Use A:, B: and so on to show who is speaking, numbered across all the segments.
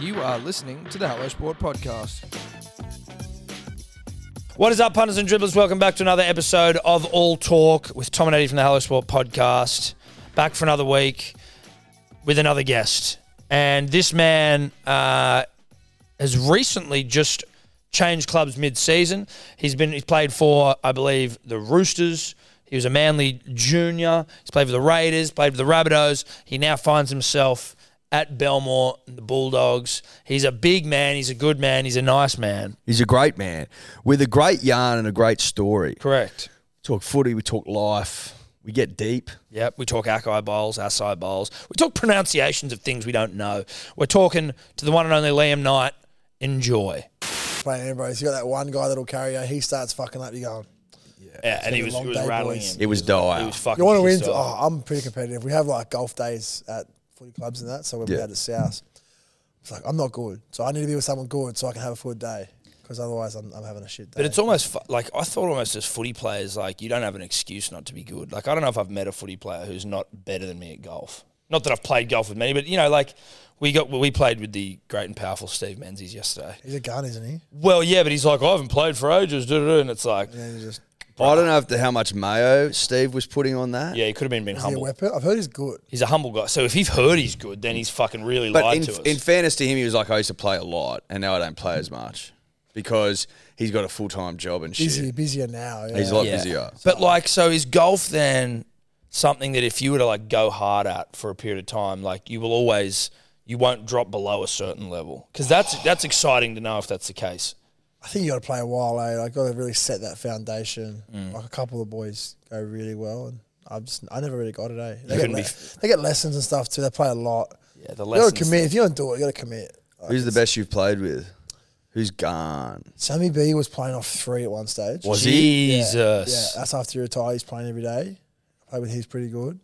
A: You are listening to the Hello Sport podcast.
B: What is up, punters and dribblers? Welcome back to another episode of All Talk with Tom and Eddie from the Hello Sport podcast. Back for another week with another guest. And this man uh, has recently just changed clubs mid-season. He's been he's played for, I believe, the Roosters. He was a Manly junior. He's played for the Raiders, played for the Rabbitohs. He now finds himself at Belmore, the Bulldogs. He's a big man. He's a good man. He's a nice man.
C: He's a great man with a great yarn and a great story.
B: Correct.
C: Talk footy, we talk life, we get deep.
B: Yep, we talk acai bowls, acai bowls. We talk pronunciations of things we don't know. We're talking to the one and only Liam Knight. Enjoy.
D: playing everybody's. You got that one guy that'll carry you. He starts fucking up. You going.
B: Yeah, and he
D: a
B: was,
D: long
B: he was
D: day,
B: rattling
D: boys.
B: him.
C: It was dire.
B: He was fucking
D: You want to win?
B: pissed
D: Oh,
B: off.
D: I'm pretty competitive. We have like golf days at footy clubs and that. So when we
C: Yeah.
D: are out at South, it's like I'm not good. So I need to be with someone good so I can have a good day. Because otherwise, I'm, I'm having a shit day.
B: But it's almost fu- like I thought almost as footy players, like you don't have an excuse not to be good. Like I don't know if I've met a footy player who's not better than me at golf. Not that I've played golf with many, but you know, like we got we played with the great and powerful Steve Menzies yesterday.
D: he's a gun, isn't he?
B: Well, yeah, but he's like I haven't played for ages, da-da-da," and it's like
D: And he's just
C: I don't know if the, how much mayo Steve was putting on that.
B: yeah, he could have been been
D: is he a
B: humble.
D: weapon. I've heard he's good.
B: He's a humble guy. So if you've heard he's good, then he's fucking really
C: But
B: lied
C: in,
B: to us.
C: in fairness to him, he was like, I used to play a lot and now I don't play as much because he's got a full time job and shit.
D: Busier, busier now. Yeah.
C: He's a lot
B: Yeah.
C: busier.
B: But like, so is golf then something that if you were to like go hard at for a period of time, like you will always you won't drop below a certain level because that's that's exciting to know if that's the case.
D: I think you got to play a while. Eh? Like, got to really set that foundation.
B: Mm.
D: Like a couple of boys go really well, and I just I never really got it. Eh? They, get
B: couldn't be
D: le-
B: f-
D: they get lessons and stuff too. They play a lot.
B: Yeah, the
D: You got
B: lessons.
D: to commit. If you don't do it, you got to commit. Like,
C: Who's the best you've played with? Who's gone?
D: Sammy B was playing off three at one stage.
C: Was he?
B: Jesus.
D: Yeah, that's after he retired. He's playing every day. I played with he's pretty good.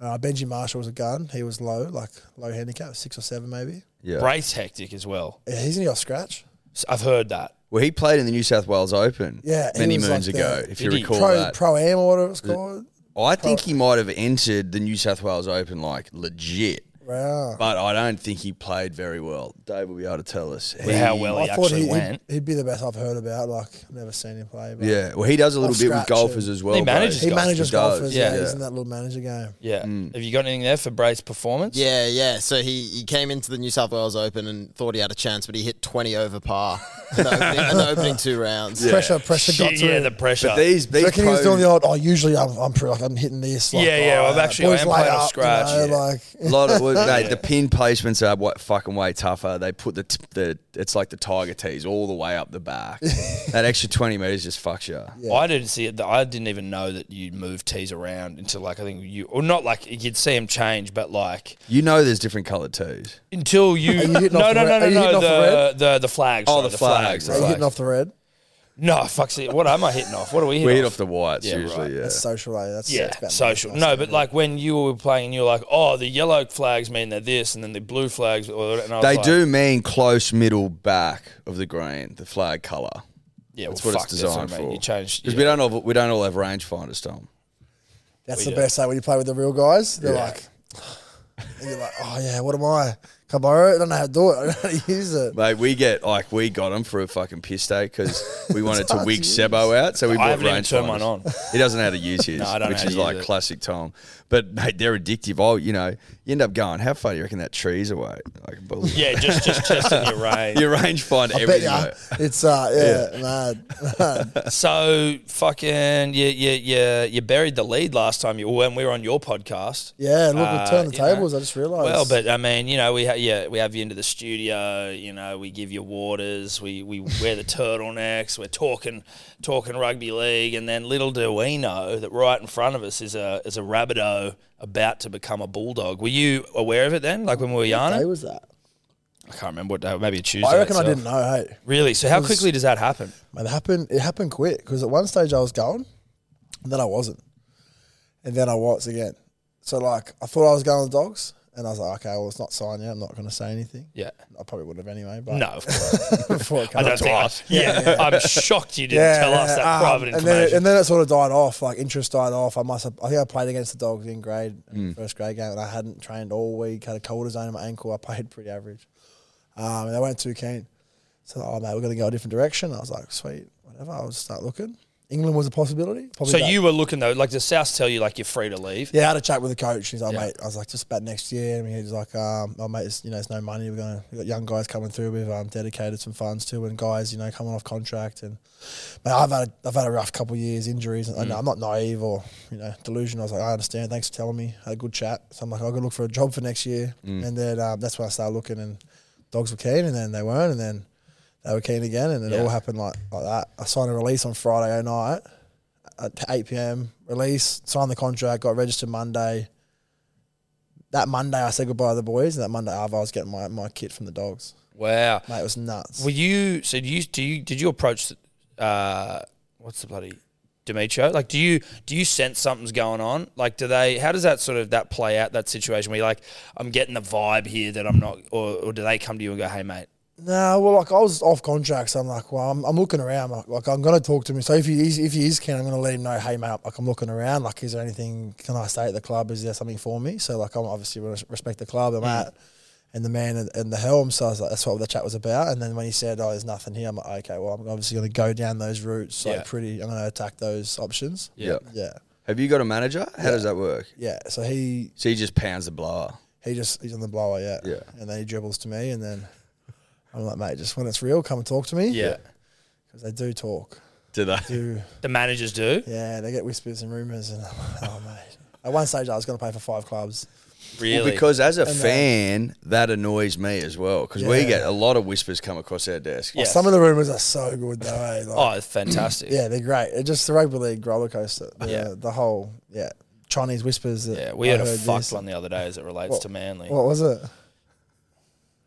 D: Uh, Benji Marshall was a gun. He was low, like low handicap, six or seven maybe.
C: Yeah.
B: Braith's hectic as well.
D: Yeah, he's only off scratch.
B: S- I've heard that.
C: Well, he played in the New South Wales Open
D: Yeah, he
C: many
D: was
C: moons
D: like
C: ago,
D: the-
C: if you
B: Did he?
C: recall
D: Pro
C: that.
D: pro am or whatever it's called.
C: I think he might have entered the New South Wales Open like legit.
D: Wow.
C: but I don't think he played very well. Dave will be able to tell us. He-
B: how well he actually
D: he,
B: went.
D: He'd, he'd be the best I've heard about. Like never seen him play. But
C: Yeah, well, he does a little
D: Off
C: bit with
D: scratch,
C: golfers
D: yeah.
C: as well.
B: He
C: bro.
B: manages
D: He
B: golf.
D: manages
C: He does,
D: golfers. Yeah,
B: yeah.
D: he's in that little manager game.
B: Yeah.
C: Mm.
B: Have you got anything there for Braith's performance?
E: Yeah, yeah. So he, he came into the New South Wales Open and thought he had a chance, but he hit 20 over par in the opening, in the opening two rounds.
D: Pressure, pressure got
B: Shit,
D: to
B: yeah,
D: him.
B: the pressure.
C: But these
D: Do
C: these
D: you reckon he was
C: pros-
D: doing the old? Oh, usually I'm, I'm pretty, like I'm hitting this. Like,
B: Yeah, yeah,
D: oh,
B: I've actually- I
D: boys
B: am
D: lay
B: playing off
D: up,
B: scratch,
D: You know,
B: yeah.
D: Like
C: a lot of well, mate, the pin placements are what fucking way tougher. They put the t- the it's like the tiger tees all the way up the back. that extra twenty meters just fucks you.
B: I didn't see it. I didn't even know that you moved tees around until like I think you, or not like you'd see him change, but like
C: You know, there's different coloured tees.
B: until you,
D: you
B: no,
D: hitting
B: no,
D: off the
B: no,
D: red-
B: no,
D: are you
B: no,
D: hitting off the
B: the, the the flags.
C: Oh,
B: sorry,
C: the flags,
D: Are you
C: right.
D: hitting off the red?
B: No, fuck. See, what am I hitting off? What are we hitting
C: We hit
B: off?
C: off the whites
B: Yeah,
C: usually.
B: right.
C: Yeah,
D: That's social. Eh? That's
B: yeah,
D: that's about
B: social.
D: money.
B: No, but like when you were playing, and you were like, oh, the yellow flags mean they're this, and then the blue flags. Or, and I was
C: they
B: like,
C: do mean close middle back of the green, the flag colour.
B: Yeah,
C: That's
B: well,
C: what
B: fuck,
C: it's designed
B: that's what I mean.
C: for.
B: You changed.
C: because
B: Yeah.
C: we don't all we don't all have rangefinders, Tom.
D: That's
B: We
D: the
B: do.
D: best. Like when you play with the real guys, they're
C: Yeah.
D: like, and you're like, oh yeah, what am I? Can I borrow it? I don't know how to do it. I don't know how to use it.
C: Mate, we get like we got him for a fucking piss day because we wanted to
D: hard
C: wig
D: to use.
C: Sebo out, so we bought
B: haven't even
C: range
B: turned mine on.
C: He doesn't know how to use his,
B: No, I don't know
C: which
B: how
C: is
B: to use
C: like
B: it.
C: classic Tom. But mate, they're addictive. Oh, you know, you end up going, how far do you reckon that tree's away? Like, believe
B: Yeah, just just testing your range.
C: your range find
D: Bet
C: everything.
D: ya.
C: mate.
D: It's uh yeah, mad.
B: So fucking yeah, yeah, yeah. You buried the lead last time you when we were on your podcast.
D: Yeah, look, we
B: Uh,
D: turned the
B: you know.
D: tables. I just realised.
B: Well, but I mean, you know, we ha- yeah, we have you into the studio. You know, we give you waters. We we wear the turtlenecks. We're talking talking rugby league, and then little do we know that right in front of us is a is a rabbido about to become a bulldog. Were you aware of it then? Like when we were
D: day
B: yarning?
D: was that?
B: I can't remember what day. Maybe a Tuesday.
D: I reckon I
B: itself.
D: didn't know. Hey,
B: Really? So how quickly does that happen?
D: Man, it happened. It happened quick because at one stage I was going, and then I wasn't, and then I was again. So like I thought I was going to dogs, and I was like, okay, well it's not signed yet. I'm not going to say anything.
B: Yeah.
D: I probably would have anyway. But
B: No, of course.
D: before it
B: I
D: came
B: don't
D: out.
B: think. I- yeah, I'm shocked you didn't tell us that
D: um,
B: private
D: and
B: information.
D: then, it, and then it sort of died off. Like interest died off. I must. Have, I think I played against the dogs in grade first grade game, and I hadn't trained all week. Had a cortisone in my ankle. I played pretty average. Um, they weren't too keen. So, oh, mate, we're going to go a different direction. I was like, sweet, whatever. I'll just start looking. England was a possibility. Probably
B: So
D: that-
B: you were looking though, like the South tell you like you're free to leave.
D: Yeah, I had a chat with the coach. He's like,
B: Yeah.
D: mate, I was like, just about next year. And he was like, um, oh, mate, it's, you know, it's no money. We're going to, we've got young guys coming through. We've um, dedicated some funds to and guys, you know, coming off contract. And, but I've had, a, I've had a rough couple of years, injuries. And I
B: Mm.
D: know I'm not naive or, you know, delusional. I was like, I understand. Thanks for telling me. Had a good chat. So I'm like, I'll go look for a job for next year.
B: Mm.
D: And then um, that's when I started looking and dogs were keen and then they weren't. And then they were keen again. And it
B: Yeah.
D: all happened like, like that. I signed a release on Friday night at 8 p.m. release, signed the contract, got registered Monday. That Monday, I said goodbye to the boys, and that Monday, after I was getting my, my kit from the dogs.
B: Wow.
D: Mate, it was nuts.
B: Were you? So do you? Do you? Did you approach? The, uh, what's the bloody Demetrio? Like, do you? Do you sense something's going on? Like, do they? How does that sort of that play out? That situation where you're like, I'm getting the vibe here that I'm not, or, or do they come to you and go, Hey, mate,
D: No, well, like I was off contract, so I'm like, well, I'm, I'm looking around. Like, like, I'm gonna talk to him. So if he is, if he is keen, I'm gonna let him know. Hey, mate, like I'm looking around. Like, is there anything? Can I stay at the club? Is there something for me? So like, I'm obviously res- respect the club
B: Mm.
D: I'm at, and the man and, and the helm. So I was like, that's what the chat was about. And then when he said, oh, there's nothing here, I'm like, okay, well, I'm obviously gonna go down those routes. Like,
B: Yeah.
D: pretty, I'm gonna attack those options.
C: Yeah.
D: Yeah,
C: Have you got a manager? How does that work?
D: yeah. So he
C: So he just pounds the blower.
D: he just he's on the blower, yeah.
C: Yeah.
D: And then he dribbles to me, and then I'm like, mate, just when it's real, come and talk to me.
B: Yeah.
D: Because they do talk.
C: Do they?
D: Do
B: the managers do
D: yeah, they get whispers and rumors, and I'm like, oh mate. At one stage, I was going to play for five clubs.
B: really?
C: Because as a
D: then-
C: fan, that annoys me as well. Because we
D: uh, Yeah.
C: get a lot of whispers come across our desk.
B: Yeah.
D: Some of the rumors are so good though. eh? Like,
B: oh, fantastic.
D: Yeah, they're great. It's just the rugby league roller coaster. The,
B: Yeah.
D: the whole yeah Chinese whispers. That
B: Yeah, we
D: I
B: had a
D: heard
B: fucked
D: this.
B: one the other day as it relates to Manly.
D: What was it?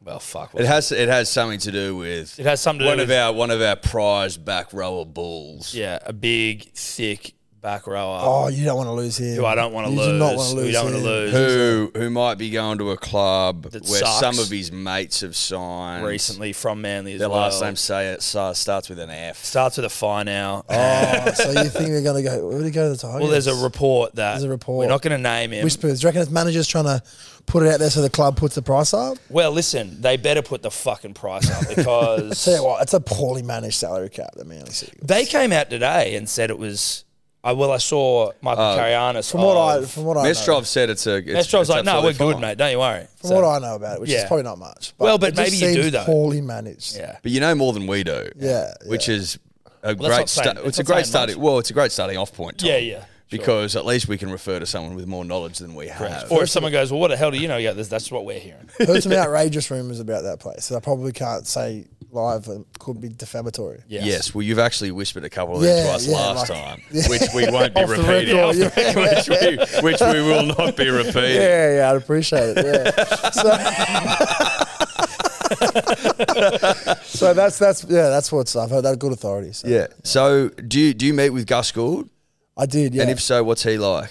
B: well, fuck.
C: It has it has something to do with
B: It has something to do
C: one
B: with-
C: of our one of our prized back rower bulls.
B: yeah, a big, thick back rower.
D: Oh, you don't want to lose him.
B: who I don't want to
D: You
B: lose.
D: do not want to lose.
B: We don't want to
D: him.
B: lose.
C: Who who might be going to a club
B: That
C: where
B: sucks.
C: some of his mates have signed
B: recently from Manly as
C: Their
B: well.
C: last name say it sa- starts with an F.
B: starts with a fi now. Oh,
D: Oh, so you think they're going to go? Where do you go to the Tigers?
B: well, there's a report that
D: There's a report.
B: We're not going to name him.
D: whispers. Do you reckon it's managers trying to put it out there so the club puts the price up?
B: well, listen, they better put the fucking price up because
D: Tell you what, it's a poorly managed salary cap. The Manly City.
B: they came out today and said it was. I well, I saw Michael
C: Oh,
B: Karyanis.
D: From what I from what I know,
C: Mestrov said it's a. It's,
B: Mestrov's
C: it's
B: like, no, we're good,
C: absolutely fine."
B: mate. Don't you worry.
D: from
B: So-
D: what I know about it, which is
B: Yeah.
D: probably not much.
B: Well, but
D: it just
B: maybe you do,
D: seems
B: though.
D: Poorly managed.
B: yeah,
C: But you know more than we do.
D: Yeah,
C: Which is a
B: that's
C: great
B: not saying-
C: start.
B: that's
C: It's a
B: not
C: great
B: saying
C: starting.
B: much.
C: Well, it's a great starting off point. Tom,
B: Yeah, yeah, sure.
C: Because at least we can refer to someone with more knowledge than we have.
B: Or if someone goes, well, what the hell do you know? Yeah, that's, that's what we're hearing.
D: Heard some outrageous rumors about that place that I probably can't say live. and could be defamatory.
B: Yes.
C: yes. Well, you've actually whispered a couple of
D: Yeah,
C: them to us
D: yeah,
C: last
D: like-
C: time, which we won't be
D: Off the
C: repeating.
D: record, yeah.
C: which, we, which we will not be repeating.
D: Yeah, yeah, I'd appreciate it. Yeah. so, so that's that's yeah, that's what's I've heard that good authority. So.
C: Yeah. So do you do you meet with Gus Gould?
D: I did. Yeah,
C: And if so, what's he like?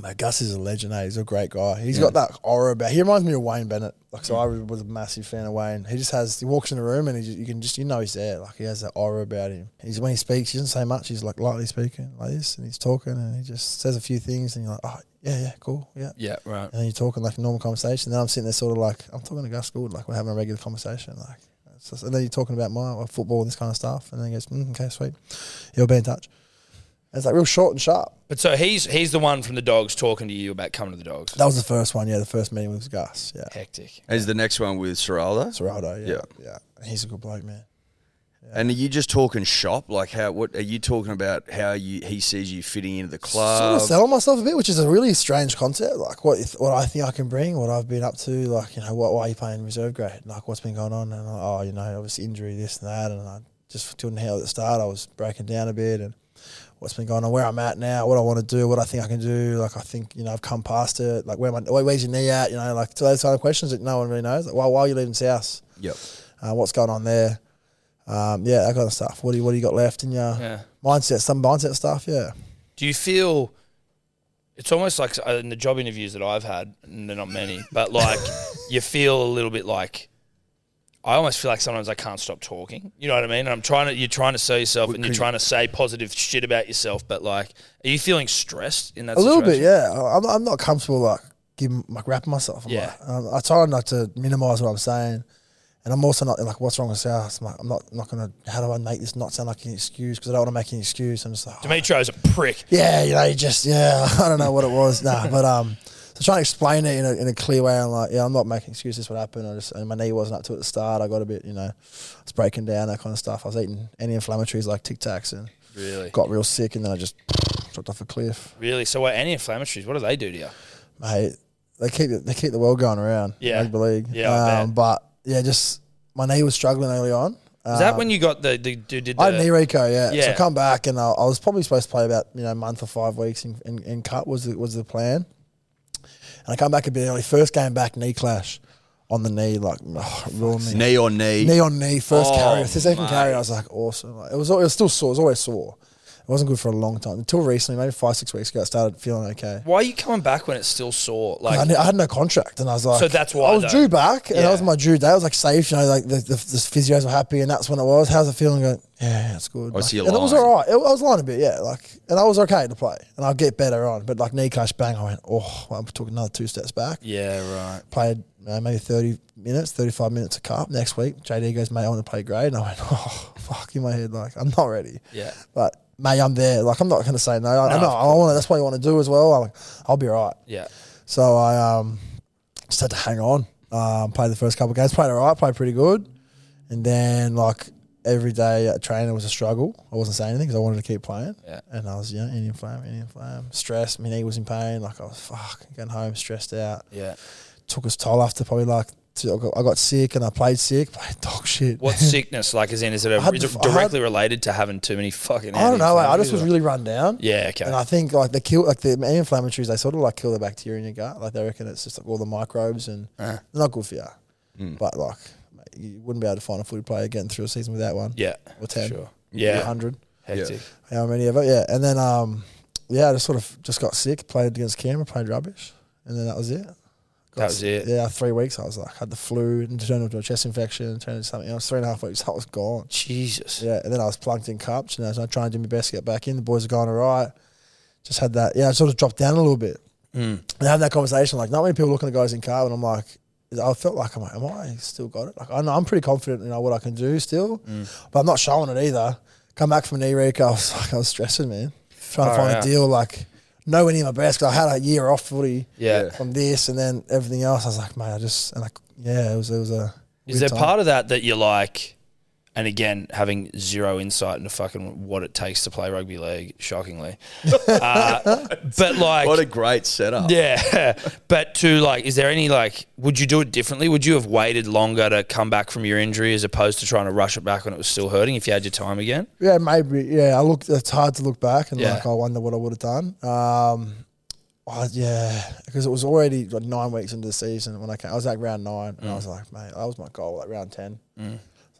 D: Mate, Gus is a legend. Eh? He's a great guy. He's got that aura about. He reminds me of Wayne Bennett. Like, so I was a massive fan of Wayne. He just has. He walks in the room and he just, you can just you know he's there. Like he has that aura about him. He's when he speaks, he doesn't say much. He's like lightly speaking like this, and he's talking, and he just says a few things, and you're like, oh yeah, yeah, cool, yeah.
B: Yeah, right.
D: And then you're talking like a normal conversation. Then I'm sitting there sort of like I'm talking to Gus Gould, like we're having a regular conversation, like. it's just- and then you're talking about my like, football and this kind of stuff, and then he goes, mm, okay, sweet, you'll be in touch. And it's like real short and sharp.
B: But so he's he's the one from the dogs talking to you about coming to the dogs.
D: That was the first one, yeah. The first meeting was Gus, yeah.
B: Hectic.
C: Is the next one with Serraldo?
D: Serraldo, yeah,
C: Yeah.
D: yeah. He's a good bloke, man.
C: And are you just talking shop? Like how? What are you talking about? How you he sees you fitting into the club?
D: sort of selling myself a bit, which is a really strange concept. Like what if- what I think I can bring, what I've been up to, like you know, what, why are you playing reserve grade? Like what's been going on? And like, oh, you know, obviously injury, this and that, and I just couldn't handle it at the start. I was breaking down a bit, and what's been going on, where I'm at now, what I want to do, what I think I can do. Like I think you know, I've come past it. Like where my where's your knee at? You know, like to those kind of questions that no one really knows. Like why why are you leaving South?
C: Yep.
D: uh, what's going on there. Um, yeah, that kind of stuff. What do you, what do you got left in your
B: Yeah.
D: mindset? Some mindset stuff, yeah.
B: Do you feel it's almost like uh, in the job interviews that I've had, and they're not many, but like you feel a little bit like I almost feel like sometimes I can't stop talking. You know what I mean? And I'm trying to you're trying to sell yourself and you're trying to say positive shit about yourself, but like, are you feeling stressed in that?
D: A little bit,
B: situation?
D: yeah. I- I'm, I'm not comfortable like giving like wrapping myself. I'm
B: Yeah.
D: like, um, I try not to minimise what I'm saying, And I'm also not like, what's wrong with South? I'm like, I'm not, I'm not going to, how do I make this not sound like an excuse? Because I don't want to make an excuse. I'm just like, oh,
B: Demetro's a prick.
D: yeah, you know, you just, yeah, I don't know what it was. Nah, but, um, so trying to explain it in a, in a clear way, I'm like, yeah, I'm not making excuses. What happened? I just, and my knee wasn't up to it at the start. I got a bit, you know, I was breaking down, that kind of stuff. I was eating any inflammatories like Tic Tacs and
B: Really?
D: got real sick. And then I just dropped off a cliff.
B: Really? So what? Anti-inflammatories? What do they do to you?
D: mate. They keep they keep the world going around.
B: Yeah.
D: rugby league.
B: Yeah, I
D: um,
B: bet.
D: but yeah, just my knee was struggling early on.
B: Is that when you got the, the did did the,
D: Um, I had knee reco, yeah. So
B: Yeah.
D: I come back and I, I was probably supposed to play about you know a month or five weeks in, in, in cut was the, was the plan. And I come back a bit early. First game back, knee clash on the knee, like oh, real knee.
C: knee on knee.
D: Knee on knee, first
C: Oh,
D: carry, the second
C: mate.
D: carry. I was like, awesome. Like, it was, al- it was still sore. It was always sore. It wasn't good for a long time until recently, maybe five, six weeks ago. I started feeling okay.
B: Why are you coming back when it's still sore? Like
D: I, knew, I had no contract, and I was like,
B: So that's why,
D: I was
B: though.
D: due back, and
B: Yeah.
D: that was my due day. I was like safe, you know, like the, the, the physios were happy, and that's when it was. How's it feeling? Going, yeah, it's good.
C: Oh, so
D: Like,
C: you're
D: and it was
C: lying.
D: all right. It, I was lying a bit, yeah, like, and I was okay to play, and I'll get better on. But like knee clash, bang, I went, oh, I took another two steps back.
B: yeah, right.
D: Played you know, maybe thirty minutes, thirty-five minutes a cup next week. JD goes, mate, I want to play grade, and I went, oh, fuck, in my head, like I'm not ready.
B: Yeah.
D: but mate, I'm there. Like I'm not going to say no. I, I know I want. That's what you want to do as well. I'm like, I'll be all right.
B: Yeah.
D: So I um, just had to hang on. Um, played the first couple of games, played all right, played pretty good. And then, like, every day at training was a struggle. I wasn't saying anything because I wanted to keep playing.
B: Yeah.
D: And I was, you know, any inflame, any inflame. Stress, my knee was in pain. Like, I was, fuck, getting home, stressed out.
B: Yeah.
D: Took us toll after probably like, two, I, got, I got sick and I played sick, played dog shit.
B: What sickness like is in? Is it, a,
D: I had-
B: is it
D: I had-
B: directly related to having too many fucking?
D: I don't know. mate. I just
B: anti-inflammatories?
D: was really run down.
B: Yeah. Okay.
D: And I think like the kill, like the anti-inflammatories, they sort of like kill the bacteria in your gut. Like they reckon it's just like all the microbes and
B: Uh.
D: they're not good for you.
C: Hmm.
D: But like mate, you wouldn't be able to find a footy player getting through a season without one.
B: yeah.
D: or ten,
B: Sure.
D: yeah,
B: Yeah.
D: hundred.
B: Hectic.
D: How many ever? Yeah, and then um, yeah, I just sort of just got sick. Played against Canberra, played rubbish, and then that was it.
B: That was it.
D: Yeah, three weeks I was like had the flu and turned into a chest infection, turned into something else. Three and a half weeks I was gone.
B: Jesus.
D: Yeah, and then I was plugged in cups, and I was trying to do my best to get back in. The boys are going all right. Just had that, yeah, I sort of dropped down a little bit.
B: Hmm,
D: And having that conversation, like, not many people look at the guys in carb, and I'm like, I felt like I'm like, am I still got it? Like, I know I'm pretty confident, you know, what I can do still,
B: Mm.
D: but I'm not showing it either. Come back from an Eureka, I was like, I was stressing, man, trying to
B: Far
D: find
B: out.
D: a deal, like, nowhere near my best 'cause I had a year off footy
B: Yeah.
D: from this, and then everything else. I was like, mate, I just, and I, yeah, it was, it was a.
B: Is there
D: weird time.
B: part of that that you're like, and again, having zero insight into fucking what it takes to play rugby league, shockingly. uh, but like,
C: What a great setup.
B: yeah. but to like, is there any like, would you do it differently? Would you have waited longer to come back from your injury as opposed to trying to rush it back when it was still hurting if you had your time again?
D: Yeah, maybe. Yeah, I look. It's hard to look back and
B: Yeah.
D: like I wonder what I would have done. Um, I, yeah, because it was already like nine weeks into the season when I came. I was like round nine,
B: Mm.
D: and I was like, mate, that was my goal, like round ten.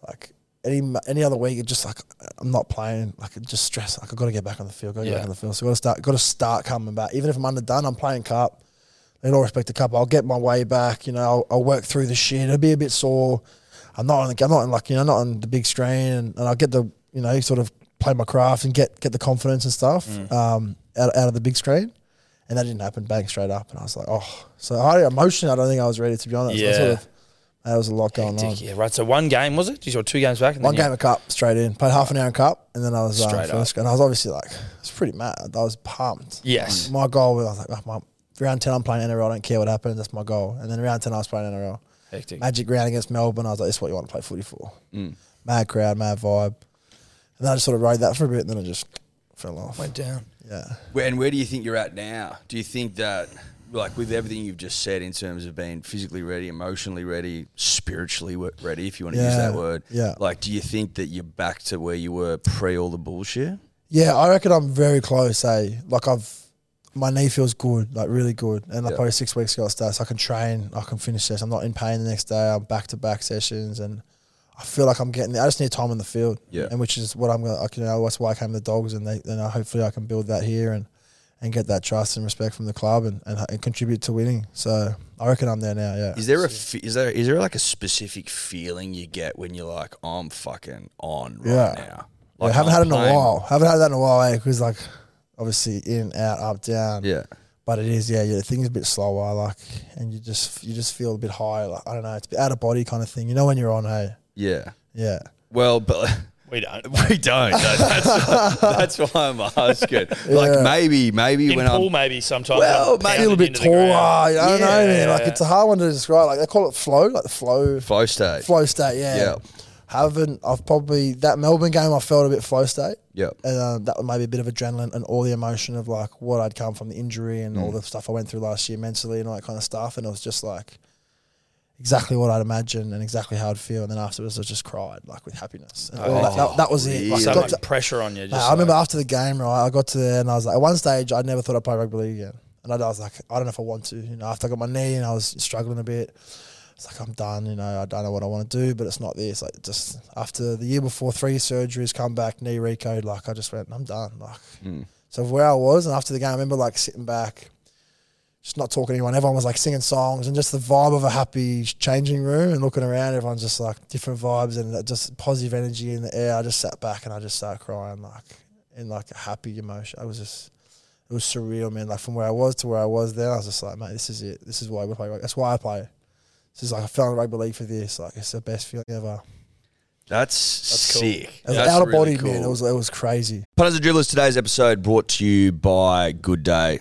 D: Like any any other week, it's just like I'm not playing. Like it just stress. Like I got to get back on the field. Got to get
B: Yeah.
D: back on the field. So got to start. Got to start coming back. Even if I'm underdone, I'm playing cup. In all respect to cup, I'll get my way back. You know, I'll, I'll work through the shit. It'll be a bit sore. I'm not on the, I'm not on like you know not on the big screen, and, and I'll get the you know sort of play my craft and get get the confidence and stuff
B: Mm.
D: um, out out of the big screen. And that didn't happen. Bang straight up, and I was like, oh. So I emotionally, I don't think I was ready to be honest. I sort
B: Yeah.
D: of, there was a lot going on.
B: Dick, yeah, right. So one game was it? You saw two games back. And
D: One
B: then
D: game of cup straight in. Played half an hour in cup, and then I was uh,
B: Straight
D: first. And I was obviously like, it's pretty mad. I was pumped.
B: You, yes.
D: My goal was I was like, oh, my, round ten, I'm playing NRL. I don't care what happens. That's my goal. And then round ten, I was playing NRL.
B: Hectic. Mm.
D: Magic round against Melbourne. I was like, this is what you want to play footy for. Mad crowd, mad vibe. And then I just sort of rode that for a bit, and then I just fell off.
B: Went down.
D: Yeah.
C: Where- And where do you think you're at now? Do you think that, like, with everything you've just said in terms of being physically ready, emotionally ready, spiritually w- ready, if you want to use
D: Yeah,
C: that word,
D: yeah.
C: Like, do you think that you're back to where you were pre all the bullshit?
D: Yeah, I reckon I'm very close, eh? Like I've my knee feels good, like really good. And like
C: Yeah.
D: probably six weeks ago I started, so I can train, I can finish this. I'm not in pain the next day, I'm back to back sessions and I feel like I'm getting there. I just need time on the field.
C: Yeah.
D: And which is what I'm gonna I can you know, that's why I came to the dogs and they then I hopefully I can build that here and and get that trust and respect from the club and, and, and contribute to winning. So I reckon I'm there now, yeah.
C: Is there a fe- is there is there like a specific feeling you get when you're like, I'm fucking on right
D: Yeah.
C: now?
D: Yeah,
C: Like,
D: haven't
C: I'm
D: had it in a
C: playing-
D: while. Haven't had that in a while, eh? Because like obviously in, out, up, down.
C: Yeah.
D: But it is, yeah, yeah. Things a bit slower, like, and you just you just feel a bit high, like I don't know, it's a bit out of body kind of thing. You know when you're on, hey,
C: Yeah.
D: yeah.
C: Well, but
B: We don't.
C: we don't. That's, that's why I'm asking. Like
D: Yeah.
C: maybe, maybe
B: In
C: when
B: pool,
C: I'm
B: maybe sometimes.
C: Well,
B: I'm
C: maybe
D: a little
B: pounded
D: bit
B: into the ground.
D: taller. I don't know, man.
B: Yeah.
D: Like it's a hard one to describe. Like they call it flow, like the flow,
C: flow state.
D: flow state. Yeah.
C: Yeah.
D: Haven't I've probably that Melbourne game I felt a bit flow state,
C: Yeah.
D: and uh, that was maybe a bit of adrenaline and all the emotion of like what I'd come from the injury and all the stuff I went through last year mentally and all that kind of stuff, and it was just like exactly what I'd imagine and exactly how I'd feel, and then afterwards I just cried like with happiness. And all that, that, that was it. Like,
B: So
D: I
B: much
D: got to-
B: pressure on you. Just
D: Mate, I
B: like-
D: remember after the game, right? I got to there and I was like, at one stage, I never thought I'd play rugby league again. And I, I was like, I don't know if I want to. You know, after I got my knee and I was struggling a bit, it's like I'm done. You know, I don't know what I want to do, but it's not this. Like, just after the year before, three surgeries, come back, knee recode. Like, I just went, I'm done. Like,
B: Hmm.
D: so where I was, and after the game, I remember like sitting back, just not talking to anyone. Everyone was like singing songs, and just the vibe of a happy changing room and looking around. Everyone's just like different vibes and that just positive energy in the air. I just sat back and I just started crying, like in like a happy emotion. I was just. It was surreal, man. Like from where I was to where I was then, I was just like, mate, this is it. This is why we play. rugby. That's why I play. This is like I fell in rugby league for this. Like it's the best feeling ever.
C: That's,
B: cool.
C: sick.
D: It was
C: That's
D: out of
C: really
D: body, man. It
C: cool.
D: was it was crazy.
C: Punters and Dribblers, today's episode brought to you by Good Day,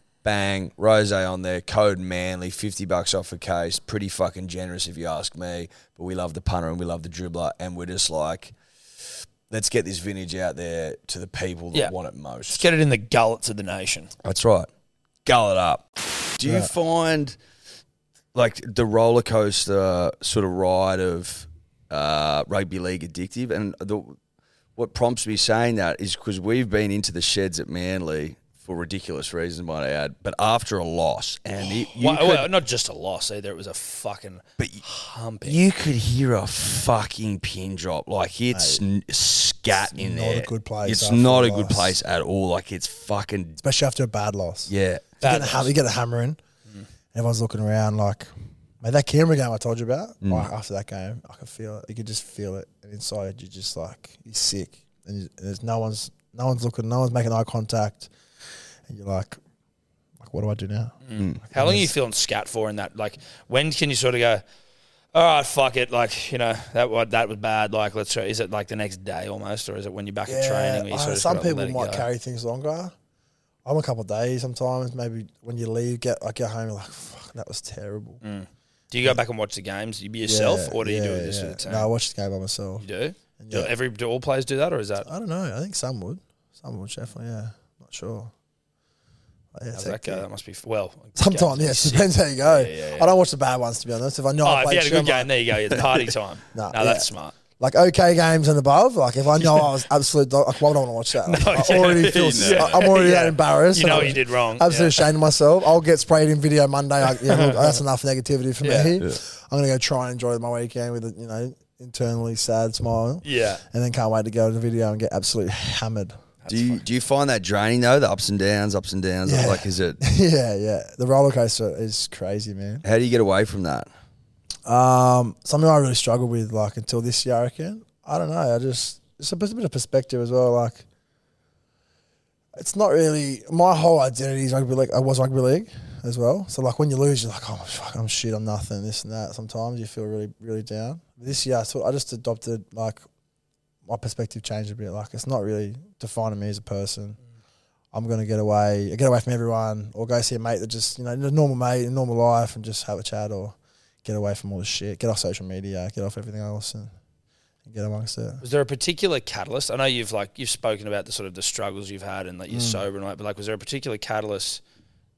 C: bang, rose on there, code manly, 50 bucks off a case. Pretty fucking generous if you ask me. But we love the punter and we love the dribbler. And we're just like, let's get this vintage out there to the people that
B: Yeah.
C: want it most.
B: Let's get it in the gullets of the nation.
C: That's right. Gull it up. Do you find like the roller coaster sort of ride of uh, rugby league addictive? And the, what prompts me saying that is because we've been into the sheds at Manly for ridiculous reasons, might I add, but after a loss. And it- you,
B: Well,
C: could,
B: well, not just a loss either. It was a fucking
C: But you-
B: humping.
C: you could hear a fucking pin drop. Like it's n- scat in
D: not a
C: there.
D: good place
C: It's
D: after
C: not
D: a
C: a good
D: loss.
C: place at all. Like it's fucking,
D: especially after a bad loss.
C: yeah.
D: You
B: Bad
D: get, a, ham- you get a hammer in. Everyone's looking around like, Mate, that camera game I told you about, like, after that game, I could feel it. You could just feel it. And inside, you're just like, you're sick. And, you, and there's no one's, no one's looking, no one's making eye contact. And you're like, like, what do I do now?
B: How long are you feeling scat for in that? Like, when can you sort of go, all right, fuck it, like, you know, that wa- that was bad. Like, let's try. Is it like the next day almost, or is it when you're back at training? where you
D: uh,
B: sort of
D: some
B: gotta let
D: people
B: it
D: might
B: go?
D: carry things longer. I'm a couple of days sometimes. Maybe when you leave, get I get home, you're like, fuck, that was terrible.
B: Do you go back and watch the games? You be yourself,
D: Yeah,
B: or do you do
D: yeah,
B: it just
D: yeah.
B: with the team?
D: No, I watched the game by myself.
B: You do. Do
D: Yeah.
B: every do all players do that, or is that
D: I don't know. I think some would. Some would definitely. Yeah, not sure. But yeah,
B: how's
D: take
B: that go?
D: it.
B: That must be well.
D: Sometimes,
B: games
D: yeah, it
B: are
D: depends how you go.
B: yeah, yeah.
D: I don't watch the bad ones to be honest. If I know
B: Oh, if
D: I
B: you
D: played
B: had a good
D: Tremor-
B: game, there you go. It's party time.
D: Nah,
B: no,
D: yeah.
B: that's smart.
D: like okay games and above, like if I know I was absolute, do- like, well, I don't want to watch that. Like, I
B: yeah,
D: already
B: you
D: feel,
B: know.
D: I- I'm already
B: Yeah.
D: that embarrassed.
B: You
D: and
B: know
D: I'm
B: you did wrong.
D: Absolutely
B: Yeah.
D: ashamed of myself. I'll get sprayed in video Monday. Like, yeah, look, that's enough negativity for
B: Yeah.
D: me. I'm gonna go try and enjoy my weekend with a you know internally sad smile,
B: Yeah.
D: and then can't wait to go to the video and get absolutely hammered.
C: Do you, do you find that draining though? The ups and downs, ups and downs.
D: Yeah.
C: Like, is it?
D: yeah, yeah. The roller coaster is crazy, man.
C: How do you get away from that?
D: Um, something I really struggled with, like until this year, I reckon. I don't know. I just it's a bit, a bit of perspective as well. Like, it's not really my whole identity is rugby league. I was rugby league as well. So like when you lose, you're like, oh fuck, I'm shit, I'm nothing, this and that. Sometimes you feel really, really down. This year, I sort I just adopted like my perspective changed a bit. Like it's not really defining me as a person. I'm gonna get away, get away from everyone, or go see a mate that just you know a normal mate, a normal life, and just have a chat, or get away from all this shit, get off social media, get off everything else, and, and get amongst it.
B: Was there a particular catalyst? I know you've like you've spoken about the sort of the struggles you've had and that you're sober and all that, but like was there a particular catalyst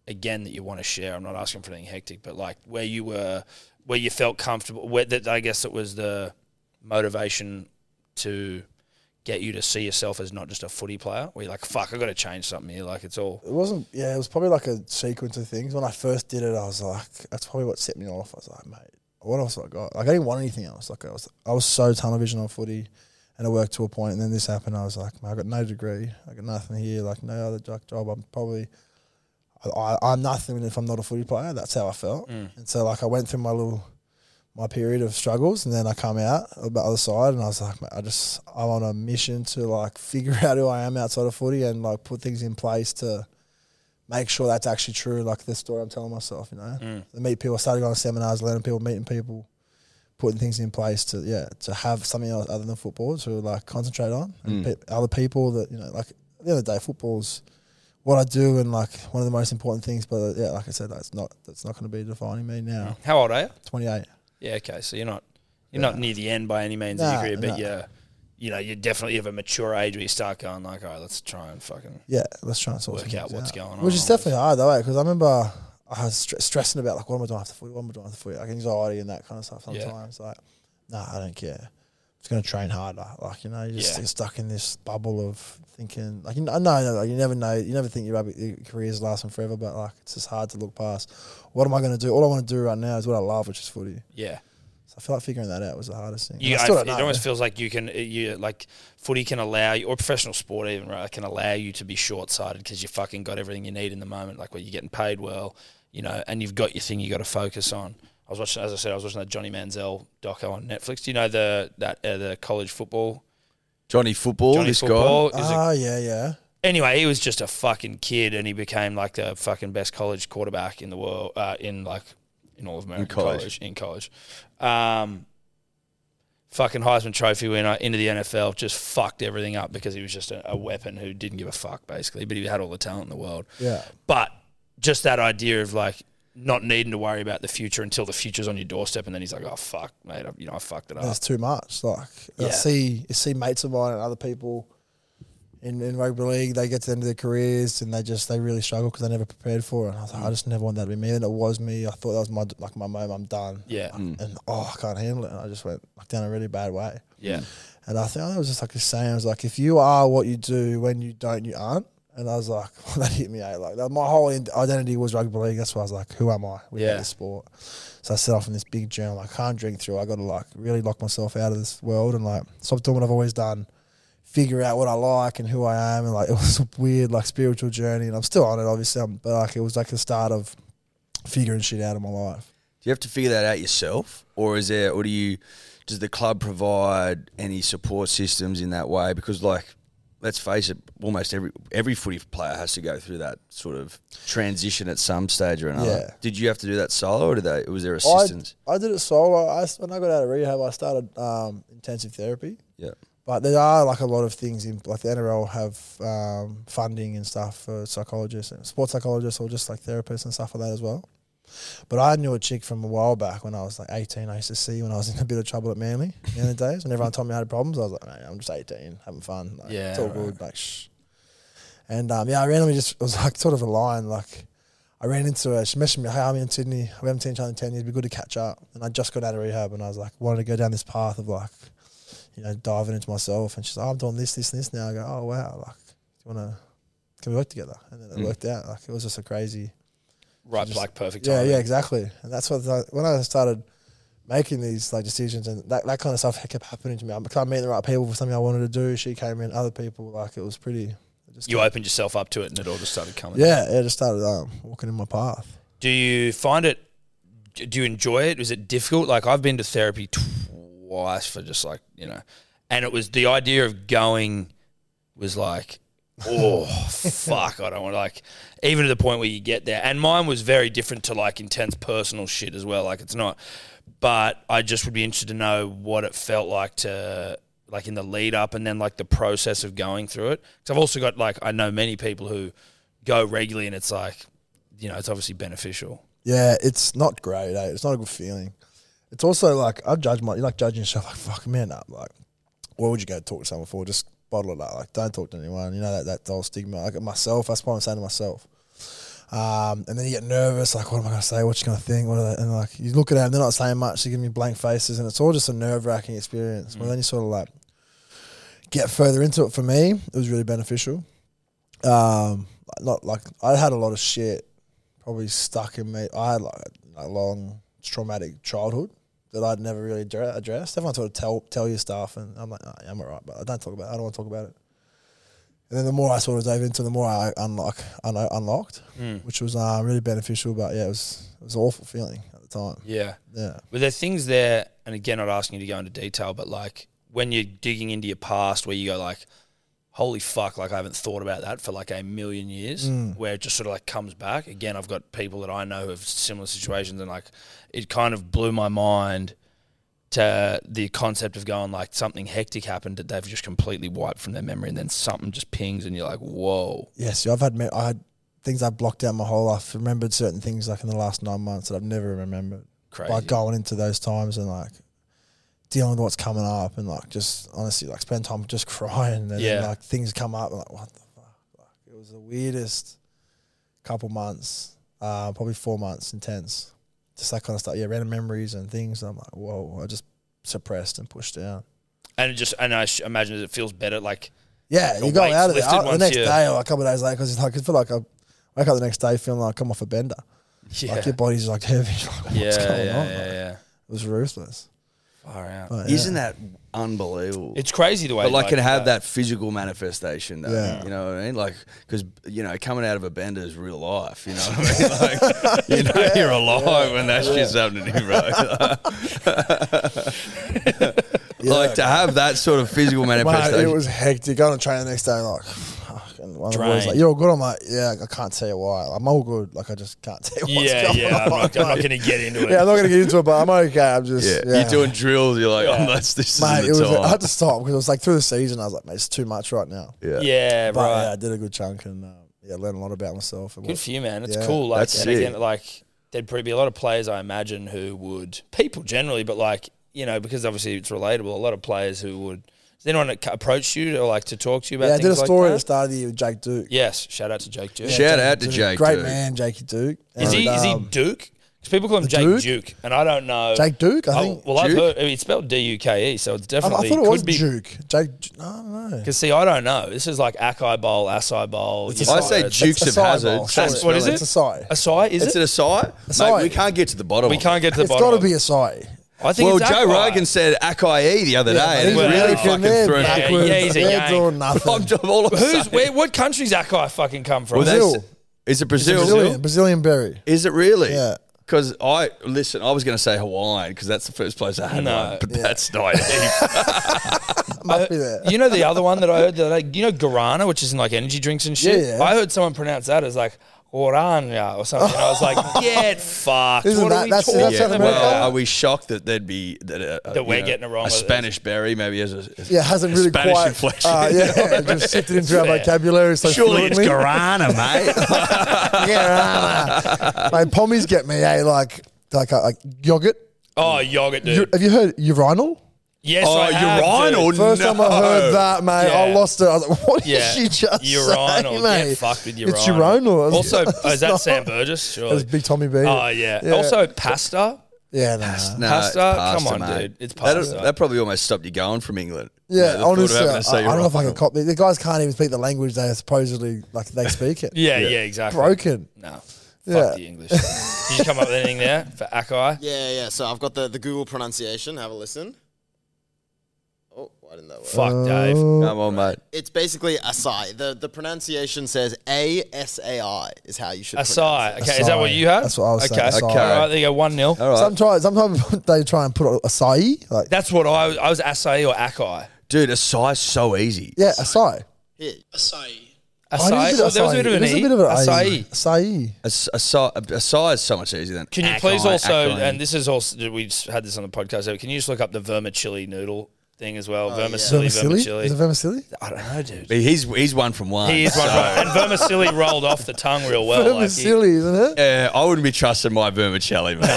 B: again that you want to share? I'm not asking for anything hectic, but like where you were where you felt comfortable where that I guess it was the motivation to get you to see yourself as not just a footy player where you're like, fuck, I gotta change something here. Like it's all
D: It wasn't. Yeah, it was probably like a sequence of things. When I first did it, I was like, that's probably what set me off. I was like, mate, what else have I got? Like, I didn't want anything else. Like, I was, I was so tunnel vision on footy, and it worked to a point, And then this happened. I was like, mate, I got no degree. I got nothing here. Like, no other jo- job. I'm probably. I- I, I'm nothing if I'm not a footy player. That's how I felt. And so, like, I went through my little, my period of struggles, and then I come out on the other side, and I was like, mate, I just, I'm on a mission to like figure out who I am outside of footy, and like put things in place to make sure that's actually true. Like the story I'm telling myself, you know, I meet people. I started going to seminars, learning people, meeting people, putting things in place to yeah to have something else other than football to like concentrate on and pe- other people that you know like at the end of the day football's what I do and like one of the most important things. But uh, yeah, like I said, that's not that's not going to be defining me now.
B: how old are you?
D: 28.
B: Yeah, okay. So you're not you're not near the end by any means
D: Nah,
B: of your career, but
D: nah.
B: you're you know, you're definitely of a mature age where you start going like, all right, let's try and fucking
D: Yeah, let's try and sort
B: Work
D: some
B: out
D: things
B: what's going
D: Which
B: on.
D: is definitely hard though, because I remember I was stre- stressing about like what am I doing after footy, what am I doing after footy, like anxiety and that kind of stuff.
B: Yeah.
D: Sometimes like, nah, I don't care. I'm just gonna train harder. Like you know, you just
B: Yeah.
D: get stuck in this bubble of thinking. Like you know, no, no, like, you never know. You never think your, rugby- your career's lasting forever, but like it's just hard to look past. What am I gonna do? All I want to do right now is what I love, which is footy.
B: Yeah.
D: So I feel like figuring that out was the hardest thing. And
B: You,
D: I still
B: I-
D: don't know.
B: It almost feels like you can, uh, you like footy can allow you, or professional sport even, right, can allow you to be short sighted because you fucking got everything you need in the moment, like where you're getting paid well, you know, and you've got your thing you got to focus on. I was watching, as I said, I was watching that Johnny Manziel doco on Netflix. Do you know the that uh, the college football?
C: Johnny football,
B: Johnny
C: this
B: football is a
D: Ah, yeah, yeah.
B: anyway, he was just a fucking kid, and he became like the fucking best college quarterback in the world, uh, in like in all of America,
C: college.
B: in college, um, fucking Heisman Trophy winner into the NFL, just fucked everything up because he was just a, a weapon who didn't give a fuck basically, but he had all the talent in the world.
D: Yeah.
B: But just that idea of like not needing to worry about the future until the future's on your doorstep, and then he's like, oh fuck, mate, I, you know I fucked it up.
D: That's too much. Like
B: Yeah.
D: I see, I see mates of mine and other people in, in rugby league, they get to the end of their careers and they just they really struggle because they never prepared for it. And I was like, I just never want that to be me. And it was me. I thought that was my like my moment. I'm done.
B: Yeah. Mm.
D: And oh, I can't handle it. And I just went like down a really bad way.
B: yeah,
D: And I think I was just like a saying, I was like, if you are what you do when you don't, you aren't. And I was like, that hit me, eh? Like, that- my whole in- identity was rugby league. That's why I was like, who am I without
B: Yeah.
D: this sport? So I set off on this big journey. Like, I can't drink through. I got to, like, really lock myself out of this world and, like, stop doing what I've always done, figure out what I like and who I am. And, like, it was a weird, like, spiritual journey. And I'm still on it, obviously. um, But, like, it was like the start of figuring shit out in my life.
C: Do you have to figure that out yourself, or is there, or do you, does the club provide any support systems in that way? Because like, let's face it, almost every every footy player has to go through that sort of transition at some stage or another.
D: Yeah.
C: Did you have to do that solo, or did they? Was there
D: I,
C: assistance?
D: I did it solo. I, when I got out of rehab, I started um, intensive therapy.
C: yeah.
D: But there are like a lot of things in like the NRL have um, funding and stuff for psychologists and sports psychologists or just like therapists and stuff like that as well. But I knew a chick from a while back when I was like 18. I used to see when I was in a bit of trouble at Manly in the other days. When everyone told me I had problems, I was like, "Mate, I'm just 18, having fun. Like,
E: Yeah,
D: it's all
E: right.
D: good. Like, shh. And um, yeah, I randomly just it was like sort of a line. Like, I ran into her. She messaged me, "Hey, I'm in Sydney. We haven't seen each other in 10 years. It'd be good to catch up." And I just got out of rehab, and I was like, wanted to go down this path of like you know, diving into myself. And she's like, oh, I'm doing this, this, and this now. I go, oh, wow. Like, do you want to, can we work together? And then it
C: Mm.
D: worked out. Like, it was just a crazy.
B: Right,
D: Just-
B: like perfect
D: Yeah,
B: timing.
D: yeah, exactly. And that's what, I, when I started making these like decisions and that, that kind of stuff kept happening to me. I kept meeting the right people for something I wanted to do. She came in, other people, like, it was pretty. it Just
B: You
D: kept-
B: opened yourself up to it, and it all just started coming.
D: yeah, yeah, it just started um, walking in my path.
B: Do you find it? Do you enjoy it? Is it difficult? Like I've been to therapy twice for just like you know, and it was the idea of going was like, oh fuck, I don't want to like even to the point where you get there. And mine was very different to like intense personal shit as well. Like it's not, but I just would be interested to know what it felt like to like in the lead up and then like the process of going through it. Because I've also got like I know many people who go regularly and it's like you know, it's obviously beneficial.
D: Yeah, it's not great. Eh? It's not a good feeling. It's also like I judge my you like judging yourself like fuck man up like why would you go talk to someone for? Just bottle it up. Like don't talk to anyone. You know that that whole stigma. Like myself, that's what I'm saying to myself. Um, and then you get nervous, like what am I gonna say? What's she gonna think? What are they? and like you look at them, they're not saying much, they're giving me blank faces and it's all just a nerve wracking experience. Well then you sort of like get further into it for me, it was really beneficial. Um, not like I had a lot of shit probably stuck in me. I had like a long traumatic childhood that I'd never really addre- addressed. Everyone sort of tell tell you stuff, and I'm like, "Oh, yeah, I'm alright, but I don't talk about. It. I don't want to talk about it. And then the more I sort of dove into, it, the more I unlock, un- unlocked, which was uh, really beneficial. But yeah, it was it was an awful feeling at the time.
B: Yeah.
D: Yeah,
B: Were there things there, and again, not asking you to go into detail, but like when you're digging into your past where you go like, holy fuck, like I haven't thought about that for like a million years, where it just sort of like comes back. Again, I've got people that I know who have similar situations, and like it kind of blew my mind to the concept of going like something hectic happened that they've just completely wiped from their memory, and then something just pings, and you're like, whoa.
D: yeah. So I've had me- I had things I blocked out my whole life. Remembered certain things like in the last nine months that I've never remembered.
B: Crazy.
D: By going into those times and like dealing with what's coming up and like just honestly like spend time just crying and
B: Yeah.
D: then like things come up and like what the fuck? Like, it was the weirdest couple months, uh, probably four months intense. Just that kind of stuff. Yeah, random memories and things. I'm like, whoa, I just suppressed and pushed down.
B: And it just, and I sh- imagine it feels better, like
D: Yeah,
B: Your
D: you go
B: weight's
D: out of there
B: lifted
D: out the
B: once
D: next
B: you-
D: day or a couple of days later because like, I feel like I wake up the next day feeling like I'm off a bender.
B: yeah,
D: Like your body's like heavy. Like, what's
B: yeah,
D: going
B: yeah,
D: on?
B: yeah,
D: Like,
B: yeah.
D: It was ruthless.
B: Far out.
D: But, yeah.
C: Isn't that unbelievable?
B: It's crazy the way.
C: But like,
B: like, uh,
C: can have that physical manifestation, though.
D: Yeah.
C: You know what I mean? Like, because you know, coming out of a bender is real life. You know what I mean? Like, you know, you're alive when that shit's happening, to you, bro. Like to have that sort of physical
D: Mate,
C: manifestation.
D: it was hectic. Going to train the next day, like, fuck. And one of the boys
B: Drained.
D: like, you're all good. I'm like, yeah, I can't tell you why. I'm all good. Like, I just can't tell you what's
B: Yeah,
D: going
B: yeah. I'm
D: on.
B: not, I'm not going to get into it.
D: yeah, I'm not gonna get into it, but I'm okay. I'm just,
C: yeah.
D: yeah.
C: you're doing drills. You're like, oh, that's this
D: Mate, it
C: is
D: was.
C: the time.
D: I had to stop because it was like through the season. I was like, mate, it's too much right now.
C: yeah.
B: yeah,
D: But
B: right.
D: yeah, I did a good chunk and uh, yeah, learned a lot about myself. And
B: Good
D: what,
B: for you, man. It's
D: Yeah.
B: cool. Like,
C: That's
B: and again,
C: sick.
B: like there'd probably be a lot of players I imagine who would people generally, but like you know, because obviously it's relatable. A lot of players who would. Has anyone ac- approached you or like to talk to you about?
D: yeah, I
B: things
D: did a
B: Like
D: story at the
B: that?
D: start of the year with Jake Duke.
B: Yes. Shout out to Jake Duke.
C: Shout out to Jake
D: Great
C: Duke.
D: man, Jakey Duke.
B: Is he?
D: And,
B: Is he
D: um,
B: Duke? Because people call him Jake Duke?
D: Duke?
B: and I don't know.
D: Jake Duke? I
B: Oh,
D: think.
B: well, I've
C: Duke?
B: heard I mean, it's spelled D U K E, so it's
D: I, I
B: definitely
D: thought it
B: could
D: was
B: be
D: Duke. Jake. Duke- I don't know.
B: Because see, I don't know. This is like acai bowl, acai bowl. you
C: I
B: know,
C: say
B: it's-
C: Dukes of
D: Acai bowl,
C: Hazard.
D: surely.
B: That's- what is it?
D: It's acai.
B: acai. Is
C: It's
B: it?
C: an acai.
D: Acai.
C: Mate, we can't get to the bottom.
B: we
C: of it.
B: can't get to the
D: It's
B: bottom.
D: got to
B: of it.
D: be acai.
B: I think
C: Well,
B: it's
C: Joe
B: acai.
C: Rogan said acai the other day, and
D: he's
C: it really
B: really
C: fucking
D: they're
C: threw me.
D: backwards.
B: Yeah, he's a
D: They're
B: yank.
D: doing nothing.
C: I'm just- all I'm
B: Who's
C: saying-
B: where? What country's acai fucking come from?
C: Well, that's-
D: Brazil.
C: Is it Brazil?
D: Brazilian, Brazilian berry.
C: Is it really?
D: Yeah.
C: Because I listen, I was going to say Hawaiian because that's the first place I had
B: No.
C: one, but that's not it.
D: Must be there.
B: you know the other one that I heard that like you know guarana, which is in like energy drinks and shit.
D: Yeah, yeah.
B: I heard someone pronounce that as like guarana or something. I was like, get fucked.
D: Isn't
B: what
D: that-
B: are we
D: that's-
B: talking
D: that's South
B: about?
D: America?
C: well, are we shocked that there'd be that, uh,
B: That
C: you
B: we're getting it wrong
C: A
B: with it.
C: Spanish berry maybe has a, a
D: Yeah, it hasn't
C: a
D: really
C: Spanish
D: quite.
C: inflection.
D: Uh, yeah, just shifted into our
B: Fair.
D: vocabulary. So
C: Surely it's
D: fluently.
C: guarana, mate.
D: Yeah, mate, pommies get me. Eh? Like, like, uh, like yogurt.
B: Oh, yogurt, dude.
D: You- have you heard urinal?
B: yes,
C: oh,
B: I have, dude.
C: urinal.
D: First
C: no.
D: time I heard that, mate, I
B: Yeah.
D: lost it. I was like, "What did
B: Yeah,
D: she just
B: urinal.
D: say,
B: Get
D: mate?"
B: fucked with
D: It's
B: urinal.
D: urinal. I was
B: Also,
D: like,
B: oh, is that
D: "It's
B: Sam
D: not."
B: Burgess? Surely.
D: That's big Tommy B.
B: Oh yeah.
D: Yeah.
B: Also pasta.
D: yeah, nah.
C: No,
B: Pasta?
C: it's
B: Come on, dude. It's
C: That-
B: pasta.
C: That, probably almost stopped you going from England.
D: Yeah,
C: the thought of
D: honestly,
C: having
D: I,
C: to say
D: I don't know if I
C: urinal.
D: can copy. The guys can't even speak the language they supposedly like they speak it.
B: Yeah, yeah, exactly.
D: broken.
B: No.
D: Yeah.
B: Fuck the English. Did you come up with anything there for Akai?
E: Yeah, yeah. So I've got the, the Google pronunciation. Have a listen. Oh, why didn't that work?
B: Fuck Dave.
C: Come on, mate.
E: It's basically acai. The the pronunciation says A S A I is how you should
B: Asai. Okay, is that what
D: Acai.
B: you had?
D: That's what I was
B: okay.
D: saying,
B: Okay.
D: acai.
B: All right, there you go. One 0
C: All right.
D: Sometimes, sometimes they try and put acai. Like,
B: That's what I was. I was acai or acai.
C: Dude, a size so easy.
D: yeah, acai.
E: pronounce it.
D: I
B: Acai.
D: knew it
B: Oh, there was a bit of an
D: It
B: e.
D: was a bit of an
B: acai.
D: Acai.
C: A, s- a, si- a size so much easier than.
B: Can you
C: acai,
B: please also,
C: acai.
B: and this is also, we just had this on the podcast, so can you just look up the vermicelli noodle thing as well? vermicelli,
D: Vermicelli?
B: vermicelli.
D: Is it vermicelli?
B: I don't know, dude.
C: But he's he's one from one.
B: He is one right. And vermicelli rolled off the tongue real well. like he-
D: Vermicelli, isn't it?
C: Yeah, Uh, I wouldn't be trusting my vermicelli, man.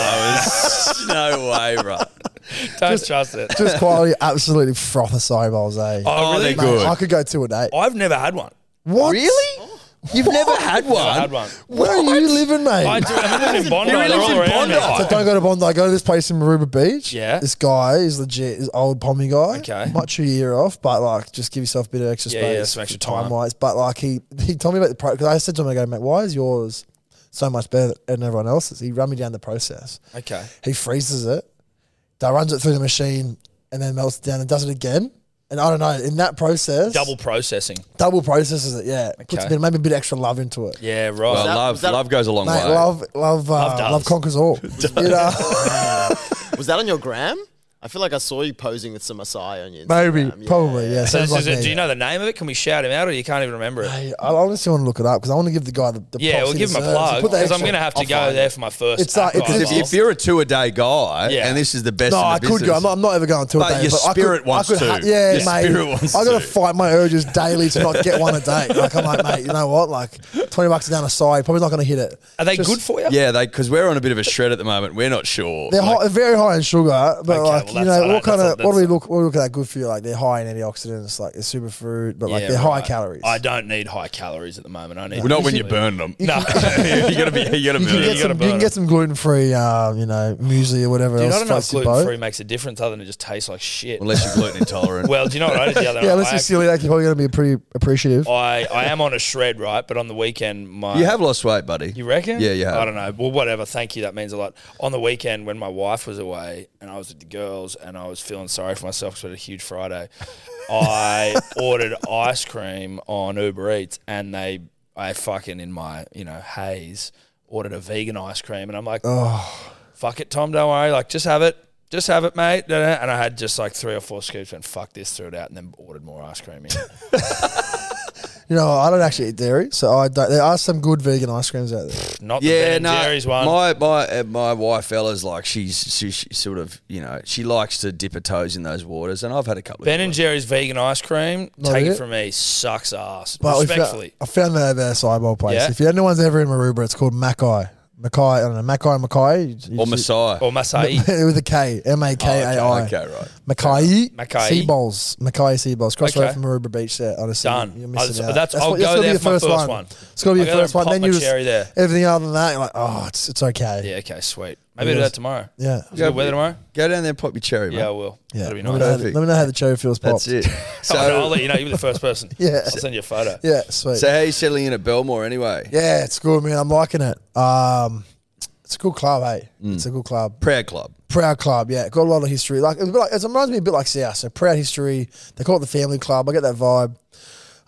C: no way, bro.
B: Oh, don't trust it.
D: Just quality, absolutely froth acai bowls, eh?
C: Oh,
B: really?
C: they're
D: Mate,
C: good. Oh,
D: I could go two a day.
B: I've never had one.
D: What? Really?
C: You've never had one.
B: I had one.
D: Where are you living, mate?
B: I do. I'm living in Bondi.
C: He really
B: They're
C: lives
B: all
C: in
B: around me.
C: Bondi.
D: So don't go to Bondi. Go to this place in Maruba Beach.
B: Yeah.
D: This guy is legit. Is old pommy guy.
B: Okay.
D: Might chew your ear off, but like, just give yourself a bit of extra
B: Yeah, yeah,
D: space.
B: some extra time.
D: wise. But like, he he told me about the pro because I said to him, I go, mate, why is yours so much better than everyone else's? He ran me down the process.
B: Okay.
D: He freezes it, that runs it through the machine, and then melts it down and does it again. And I don't know. In that process,
B: Double processing.
D: double processes it. Yeah, puts a
B: Okay.
D: bit, maybe a bit of extra love into it.
B: Yeah, right.
C: Well,
E: that-
C: love
E: was that-
C: love goes a long
D: Mate,
C: way.
D: love, love, uh, love,
B: does.
D: conquers all. you know?
E: Was that on your gram? I feel like I saw you posing with some acai on your Instagram.
D: Maybe,
E: Yeah.
D: probably, yeah.
B: so
D: sounds
B: this
D: like
B: is
D: me.
B: it. Do you know the name of it? Can we shout him out, or you can't even remember it?
D: Hey, I honestly want to look it up because I want to give the guy the, the
B: yeah,
D: props
B: we'll
D: he
B: give him a
D: deserves.
B: plug
D: Put the
B: because I'm
D: extra-
B: going to have to
E: I'll
B: go
E: find
B: there
E: it.
B: for my first.
D: It's, uh, it's-
B: Akai
C: If,
B: bowl.
C: if you're a two a day guy,
B: Yeah.
C: and this is the best.
D: No,
C: in the
D: I could go.
C: business,
D: I'm, I'm not ever going to a
C: But
D: day.
C: your
D: but
C: spirit
D: I could,
C: wants
D: I could
C: to.
D: ha- yeah,
C: Your
D: mate.
C: spirit wants
D: I got
C: to.
D: to fight my urges daily to not get one a day. Like I'm like, mate, you know what? Like twenty bucks down a side, probably not going to hit it.
B: Are they
D: Just-
B: good for you?
C: yeah, they because we're on a bit of a shred at the moment. We're not sure.
D: They're
C: Like,
D: high, very high in sugar, but
B: well,
D: like you
B: that's- I
D: know,
B: don't-
D: what kind
B: that's
D: of
B: not-
D: what do we
B: that's-
D: look? What do we look at that good for you? Like they're high in antioxidants, like they're superfruit, but like
B: Yeah,
D: they're
B: right.
D: high calories.
B: I don't need high calories at the moment. I need
C: not when you're burning them.
B: No.
C: you gotta be. You gotta
D: You can
C: burn them.
D: get
B: gotta
D: some. You can
B: burn
D: get some gluten free, um, you know, muesli or whatever
B: Dude, I
D: else.
B: don't know if
D: floats your
B: gluten
D: boat.
B: free makes a difference other than it just tastes like shit.
C: Unless you're gluten intolerant.
B: Well, do you know what I did the other
D: Yeah,
B: night?
D: let's
B: I Oh.
D: just silly. Like you're probably going to be pretty appreciative.
B: I, I am on a shred, right? But on the weekend, my
C: you have lost weight, buddy.
B: You reckon?
C: Yeah, you have.
B: I don't know. Well, whatever. Thank you. That means a lot. On the weekend, when my wife was away and I was with the girls and I was feeling sorry for myself because we had a huge Friday, I ordered ice cream on Uber Eats and they, I fucking in my you know haze ordered a vegan ice cream and I'm like, fuck it, Tom, don't worry. Like, just have it. Just have it, mate. Da, da, da. And I had just like three or four scoops and fuck this, threw it out, and then ordered more ice cream. In.
D: You know, I don't actually eat dairy, so I don't. There are some good vegan ice creams out there.
B: Not the Ben
C: Yeah,
B: and
C: no.
B: Jerry's one.
C: My my uh, my wife, Ella's like she's she, she sort of you know she likes to dip her toes in those waters, and I've had a couple.
B: Ben
C: of
B: and Jerry's vegan ice cream,
D: Not
B: take it?
D: it?
B: from me, sucks ass.
D: But we found-
B: Respectfully.
D: I found that at their sideball place.
B: Yeah.
D: If anyone's ever in Maroubra, it's called Mackay. Mackay, I don't know, Mackay, Mackay. you- you
C: or
D: just-
C: Messiah.
B: Or Masai.
D: with a K, M A K A
C: Oh,
D: I.
C: okay, okay, right.
D: Mackay,
B: Mackay.
D: Seaballs, Mackay Seaballs, cross
B: Okay.
D: road from Maroubra Beach. There, honestly,
B: Done.
D: you're missing
B: I'll-
D: out.
B: that's- I'll
D: what- that's
B: go
D: gotta
B: there
D: be
B: for
D: your
B: my first
D: one.
B: one.
D: It's got to be
B: I'll
D: your
B: go there
D: first
B: and
D: one.
B: pop
D: Then
B: my
D: you just
B: cherry there.
D: everything other than that, you're like, oh, it's it's okay.
B: Yeah, okay, sweet. Maybe I'll do that tomorrow.
D: yeah.
B: Is it good weather tomorrow?
C: Go down there and pop your cherry, mate.
B: Yeah, I will.
D: Yeah.
B: That'll be
D: Let, me know how
B: nice.
D: the,
C: Perfect.
D: let me know how the cherry feels popped.
C: That's it.
B: So, I'll, I'll
C: So,
B: let you know. You'll be the first person.
D: Yeah.
B: I'll send you a photo.
D: Yeah, sweet.
C: so how you settling in at Belmore anyway?
D: Yeah, it's good, man. I'm liking it. Um, it's a good club, hey. It's a good club.
C: Proud club.
D: Proud club, yeah. Got a lot of history. Like, it's a bit like it reminds me a bit like South. So proud history. They call it the family club. I get that vibe.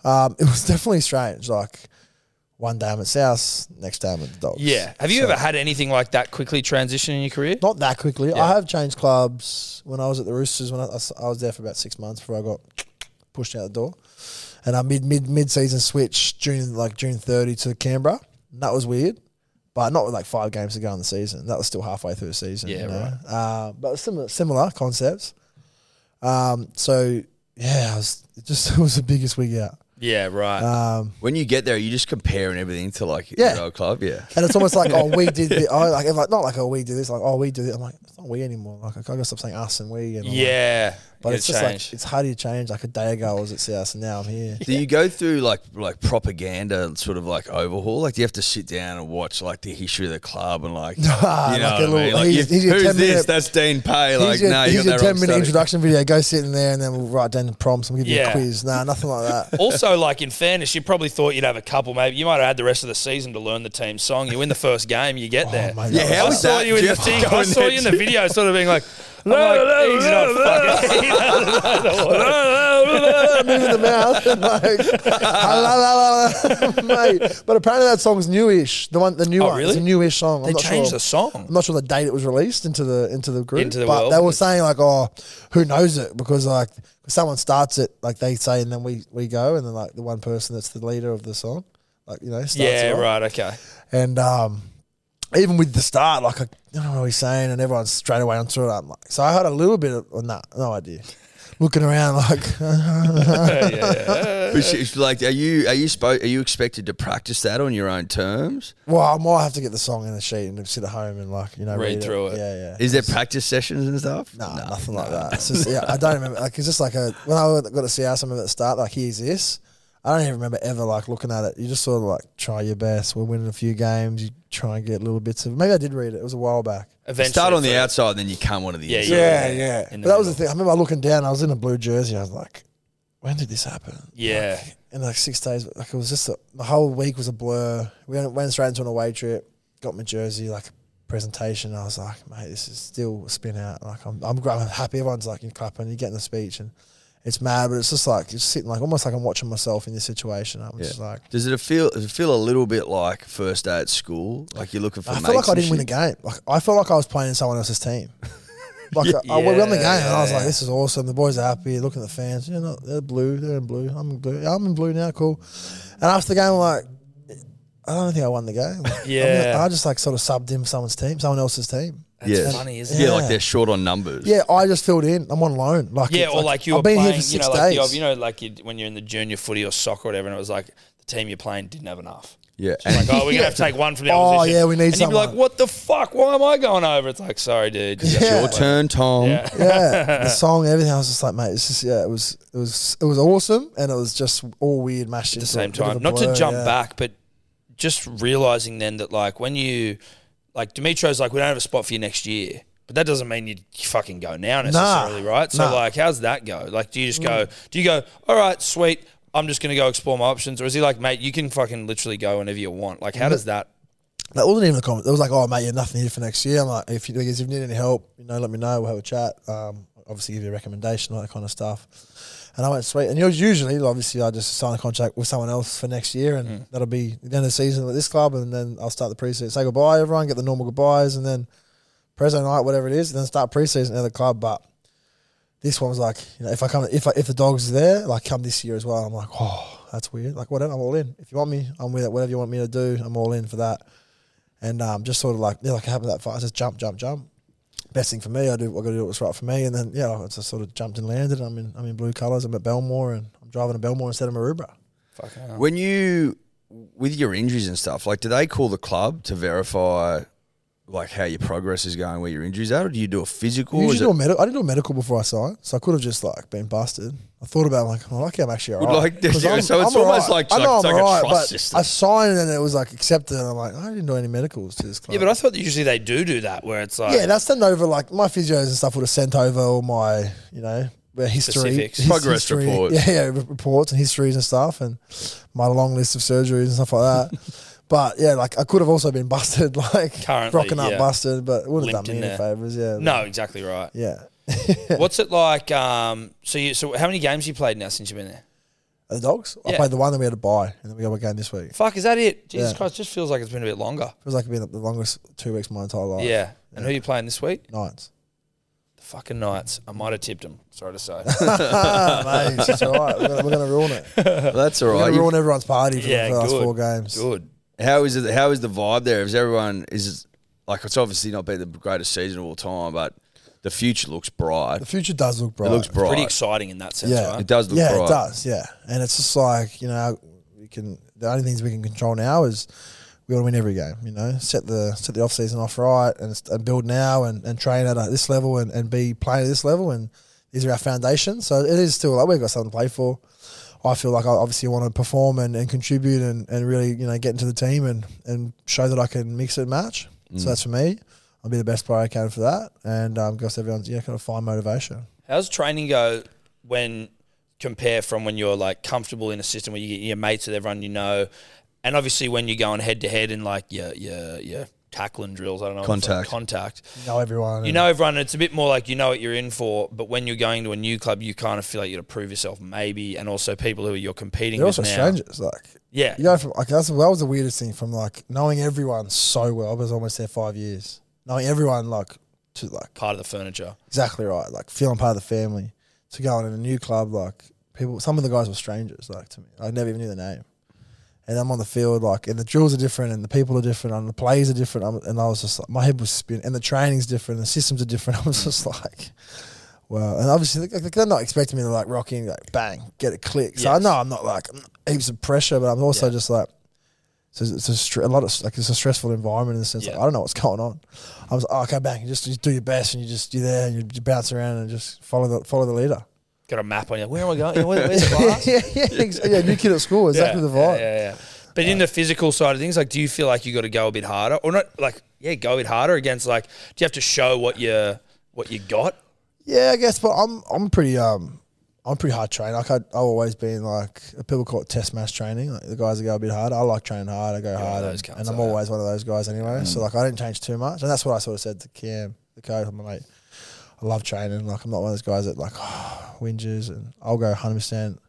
D: Um, it was definitely strange. Like, One day I'm at South, next day I'm at the Dogs.
B: Yeah. Have you
D: So-
B: ever had anything like that quickly transition in your career?
D: Not that quickly.
B: Yeah.
D: I have changed clubs. When I was at the Roosters, when I, I s- I was there for about six months before I got pushed out the door, and I mid mid mid season switch June like June thirty to Canberra. And that was weird, but not with like five games to go in the season. That was still halfway through the season.
B: Yeah,
D: you know? Uh, but similar similar concepts. Um, so yeah, I was, it just was the biggest wig out.
B: Yeah, right.
D: Um,
C: When you get there, you just comparing everything to like
D: Yeah.
C: your old club. Yeah.
D: And it's almost like, oh, we did this. Oh, like, like, not like, oh, we did this. Like, oh, we did it. I'm like, it's not we anymore. Like, I gotta stop saying us and we. And I'm like,
B: yeah.
D: but
B: Gotta
D: it's just
B: change.
D: like, it's hard to change. Like, a day ago I was at CS and now I'm here.
C: Do you go through like like propaganda sort of like overhaul? Like, do you have to sit down and watch like the history of the club and like,
D: Nah,
C: you know,
D: like a
C: what I mean?
D: little-
C: Like,
D: he's-
C: you-
D: he's your
C: who's
D: 10
C: this?
D: minute-
C: That's Dean Pay. Like,
D: here's your,
C: no, you
D: here's
C: got
D: your
C: that wrong.
D: 10 minute
C: study.
D: introduction video. Go sit in there and then we'll write down the prompts and we'll give you
B: Yeah.
D: a quiz. Nah, nothing like that.
B: also, like in fairness, you probably thought you'd have a couple. Maybe you might have had the rest of the season to learn the team song. You win the first game, you get there.
D: mate,
C: Yeah,
D: that
C: how
B: I
C: is
B: saw
C: that?
B: you in the
C: Jeff
B: thing. I
C: going
B: saw
C: there
B: you in the
C: too?
B: video, sort of being like, I'm like he's not fucking. he doesn't know the words.
D: Moving the mouth and like, "Ah, la, la, la, la," mate. But apparently that song's newish. The one, the new
B: Oh,
D: one. It's
B: really?
D: a newish song.
B: They
D: I'm not
B: changed
D: sure.
B: the song.
D: I'm not sure the date it was released into the into the group,
B: Into the
D: but
B: world.
D: they were saying like, "Oh, who knows it?" Because like someone starts it, like they say, and then we we go, and then like the one person that's the leader of the song, like you know, starts
B: yeah,
D: it off.
B: right. Okay.
D: And um, even with the start, like I don't know what he's saying, and everyone's straight away onto it. I'm like, so I had a little bit of well, nah, no idea. Looking around like,
B: Yeah, yeah,
C: But she- it's like, are you are you spo- are you expected to practice that on your own terms?
D: well, I might have to get the song in the sheet and sit at home and like you know
B: Read
D: read,
B: through it.
D: Yeah, yeah.
C: Is there practice sessions and stuff?
D: No, nothing like that. It's just, yeah, I don't remember. Like, it's just like a when I got to see us, I remember at the start, like, here's this. I don't even remember ever like looking at it. You just sort of like try your best. We're winning a few games. You try and get little bits of. Maybe I did read it. It was a while back.
B: Eventually,
C: Start on the
B: so-
C: outside, then you come onto the
B: Yeah,
C: inside.
B: yeah, yeah. In
D: But
B: the
D: that was the
B: middle.
D: thing. I remember looking down. I was in a blue jersey. I was like, when did this happen?
B: Yeah.
D: And like six days, like it was just a, the whole week was a blur. We went, went straight into an away trip. Got my jersey, like presentation. I was like, mate, this is still a spin out. Like I'm, I'm, gra- I'm happy. Everyone's like in clapping. You're getting the speech, and it's mad, but it's just like it's sitting like almost like I'm watching myself in this situation. I'm just like,
C: Does it feel does it feel a little bit like first day at school? Like you're looking for.
D: I felt like
C: mates
D: I
C: and
D: didn't win a
C: shit?
D: game. Like I felt like I was playing in someone else's team. Like uh, I, I won the game, and I was like, "This is awesome." The boys are happy. Looking at the fans, you know, they're blue. They're in blue. I'm in blue. Yeah, I'm in blue now. Cool. And after the game, I'm like, I don't think I won the game. I mean,
B: Yeah.
D: I, just like sort of subbed in someone's team, someone else's team.
C: Yeah.
B: funny, isn't
C: yeah,
D: it?
C: like they're short on numbers.
D: Yeah, I just filled in. I'm on loan. Like,
B: Yeah,
D: it's
B: or like you were
D: I've been
B: playing,
D: here for
B: you
D: six
B: know, like the,
D: days.
B: ob- you know, like you, when you're in the junior footy or soccer or whatever, and it was like the team you're playing didn't have enough.
C: yeah.
B: Like, oh, we're gonna have to take one from the
D: Oh,
B: opposition.
D: yeah, we need
B: And you'd be like,
D: someone.
B: what the fuck? Why am I going over? It's like, sorry, dude.
C: It's
D: Yeah.
C: your turn, Tom.
B: Yeah.
D: yeah, the song, everything. I was just like, mate, it's just yeah, it was it was it was awesome, and it was just all weird mashed
B: at the same time. Not to jump back, but just realizing then that like when you like Demetro's like we don't have a spot for you next year, but that doesn't mean you fucking go now necessarily, right? So
D: nah.
B: like, how's that go? Like, do you just go? Do you go? All right, sweet. I'm just gonna go explore my options, or is he like, mate, you can fucking literally go whenever you want? Like, how does that?
D: That wasn't even a comment. It was like, oh, mate, you're nothing here for next year. I'm like, if you, if you need any help, you know, let me know. We'll have a chat. Um, obviously, give you a recommendation, all that kind of stuff. And I went, sweet. And it was usually, obviously, I just sign a contract with someone else for next year, and that'll be the end of the season with this club. And then I'll start the preseason, say goodbye, everyone, get the normal goodbyes, and then Prezo night, whatever it is, and then start preseason at the club. But this one was like, you know, if I come, if I, if the dogs are there, like come this year as well. I'm like, oh, that's weird. Like whatever, I'm all in. If you want me, I'm with it. Whatever you want me to do, I'm all in for that. And um, just sort of like, yeah, like it happened that fast. Just jump, jump, jump. Best thing for me, I do. I got to do what's right for me. And then yeah, I just sort of jumped and landed. I'm in, I'm in blue colours. I'm at Belmore, and I'm driving to Belmore instead of Maroubra.
B: Fucking hell.
C: When you with your injuries and stuff, like do they call the club to verify like how your progress is going, where your injuries are, or do you do a physical?
D: Usually
C: Is it-
D: do a medical. I didn't do a medical before I signed, so I could have just like been busted. I thought about it, like, well, lucky I'm actually alright.
C: Like,
D: 'Cause
C: yeah, so it's almost
D: alright.
C: like- like- it's like a
D: alright,
C: trust
D: but
C: system.
D: I signed and it was like accepted. And I'm like, I didn't do any medicals to this club.
B: Yeah, but I thought that usually they do do that, where it's like,
D: yeah, that's sent over. Like my physios and stuff would have sent over all my, you know, my history,
B: Specifics.
D: his-
C: Progress
D: history-
C: reports.
D: Yeah, yeah, re- reports and histories and stuff, and my long list of surgeries and stuff like that. but yeah, like I could have also been busted, like
B: Currently,
D: rocking up
B: yeah.
D: busted, but it wouldn't have
B: Limped
D: done
B: in
D: me any
B: there.
D: favors. Yeah,
B: no, exactly right.
D: yeah.
B: What's it like? Um, so you, so how many games you played now since you've been there?
D: At the dogs? I
B: Yeah.
D: played the one that we had to buy, and then we got a game this week. It
B: Fuck, is that it? Jesus
D: Yeah.
B: Christ, just feels like it's been a bit longer.
D: was like being up the longest two weeks of my entire life.
B: Yeah. And who are you playing this week?
D: Nights.
B: The fucking Knights. I might have tipped them. Sorry to say.
D: Ah, mate, it's all right. We're gonna, we're gonna ruin it. We're
C: Well, that's all right.
D: gonna
C: You-
D: ruin everyone's party for
B: Yeah,
D: the last
B: good.
D: four games.
B: Good.
C: How is it? How is the vibe there? Is everyone is it, like it's obviously not been the greatest season of all time, but the future looks bright.
D: The future does look bright.
C: It looks bright.
B: Pretty exciting in that sense,
D: Yeah.
B: right?
C: It does look
D: yeah,
C: bright.
D: it does. Yeah, and it's just like you know, we can. The only things we can control now is we want to win every game. You know, set the set the off season off right and, s- and build now and, and train at a- this level and, and be playing at this level and these are our foundations. So it is still like we've got something to play for. I feel like I obviously want to perform and, and contribute and, and really you know get into the team and, and show that I can mix and match.
C: Mm.
D: So that's for me. I'll be the best player I can for that, and um, guess everyone's yeah, kind of find motivation.
B: How's training go when compare from when you're like comfortable in a system where you get your mates with everyone you know, and obviously when you're going head to head and like your your your tackling drills, I don't know what it's like,
C: Contact.
B: contact.
D: Know everyone.
B: You
D: and-
B: know everyone. It's a bit more like you know what you're in for, but when you're going to a new club, you kind of feel like you got to prove yourself, maybe, and also people who you're competing
D: They're
B: with
D: also
B: now.
D: strangers. Like
B: Yeah,
D: you go from like that's that was the weirdest thing from like knowing everyone so well. I was almost there five years, knowing everyone like to like
B: part of the furniture.
D: exactly right, like feeling part of the family. To going in a new club, like people, some of the guys were strangers. Like to me, I never even knew their name. And I'm on the field, like, and the drills are different, and the people are different, and the plays are different. I'm, and I was just like, my head was spinning, and the training's different, and the systems are different. I was just like, well, and obviously like, like, they're not expecting me to like rock in, like bang, get it click. So I
B: Yes.
D: know I'm not like heaps of pressure, but I'm also
B: Yeah.
D: just like, so it's a, str- a lot of like it's a stressful environment in the sense like
B: Yeah.
D: I don't know what's going on. I was like, oh, okay, bang, you just, you do your best, and you just you're there, and you just bounce around, and just follow the follow the leader.
B: Got a map on you. Where am I going? Yeah, where- Where's the class?
D: yeah, yeah, ex- yeah, new kid at school, exactly the
B: Yeah,
D: vibe.
B: yeah, yeah. But in the physical side of things, like, do you feel like you got to go a bit harder, or not? Like, yeah, go a bit harder against like, do you have to show what you what you got?
D: Yeah, I guess, but I'm I'm pretty um I'm pretty hard trained. Like I, I've always been like people call it test match training. Like the guys that go a bit hard. I like training hard. I go hard,
B: those
D: and,
B: cunts,
D: and I'm
B: I am.
D: always one of those guys anyway. So like I didn't change too much, and that's what I sort of said to Cam, the coach, my mate. I love training. Like I'm not one of those guys that like whinges, and I'll go 100 percent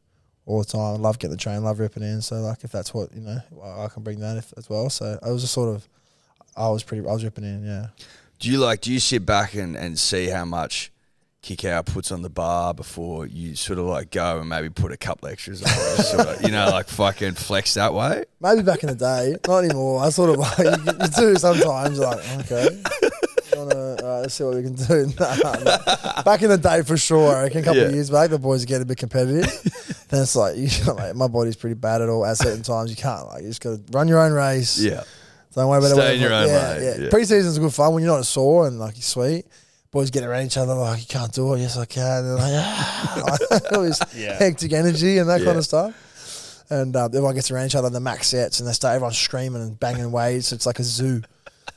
D: all the time. I love getting the train, love ripping in. So like if that's what you know, I I can bring that if, as well. So I was just sort of, I was pretty, I was ripping in, yeah.
C: Do you like? Do you sit back and, and see how much kick out puts on the bar before you sort of like go and maybe put a couple extras on, or sort of, you know, like fucking flex that way?
D: Maybe back in the day, not anymore. I sort of like you, you do sometimes. You're like okay, you wanna, alright, let's see what we can do. Nah, nah. Back in the day, for sure. I reckon a couple of
C: Yeah.
D: years back, the boys get a bit competitive. then it's like, you, like my body's pretty bad at all. At certain times, you can't like you just got to run your own race.
C: Yeah.
D: Don't worry about
C: Stay
D: it.
C: in your
D: whatever.
C: own
D: yeah,
C: lane,
D: Yeah.
C: yeah.
D: Preseason's good fun when you're not sore and like you're sweet. Boys get around each other like you can't do it. Yes, I can. And they're like, ah, like, all this
B: Yeah.
D: hectic energy and that kind
C: Yeah.
D: of stuff. And uh, everyone gets around each other and the max sets and they start everyone screaming and banging waves. It's like a zoo.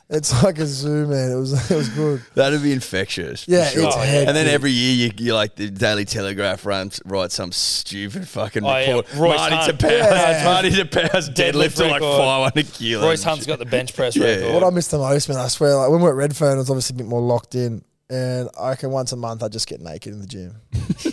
D: It's like a zoo, man. It was it was good.
C: That'd be infectious. for
D: Yeah,
C: sure.
D: it's
C: and then
D: hectic.
C: every year you, you like the Daily Telegraph runs writes some stupid fucking
B: Oh, yeah.
C: report.
B: Royce
C: Marty
B: Hunt.
C: to Powers,
B: Yeah.
C: Marty to Powers deadlift
B: Deadlift
C: to like
B: record.
C: 500 kilos.
B: Royce Hunt's got the bench press
C: Mm. Yeah,
B: record.
C: yeah.
D: What I missed the most, man, I swear, like when we we're at Redfern, it was obviously a bit more locked in. And I reckon once a month, I just get naked in the gym,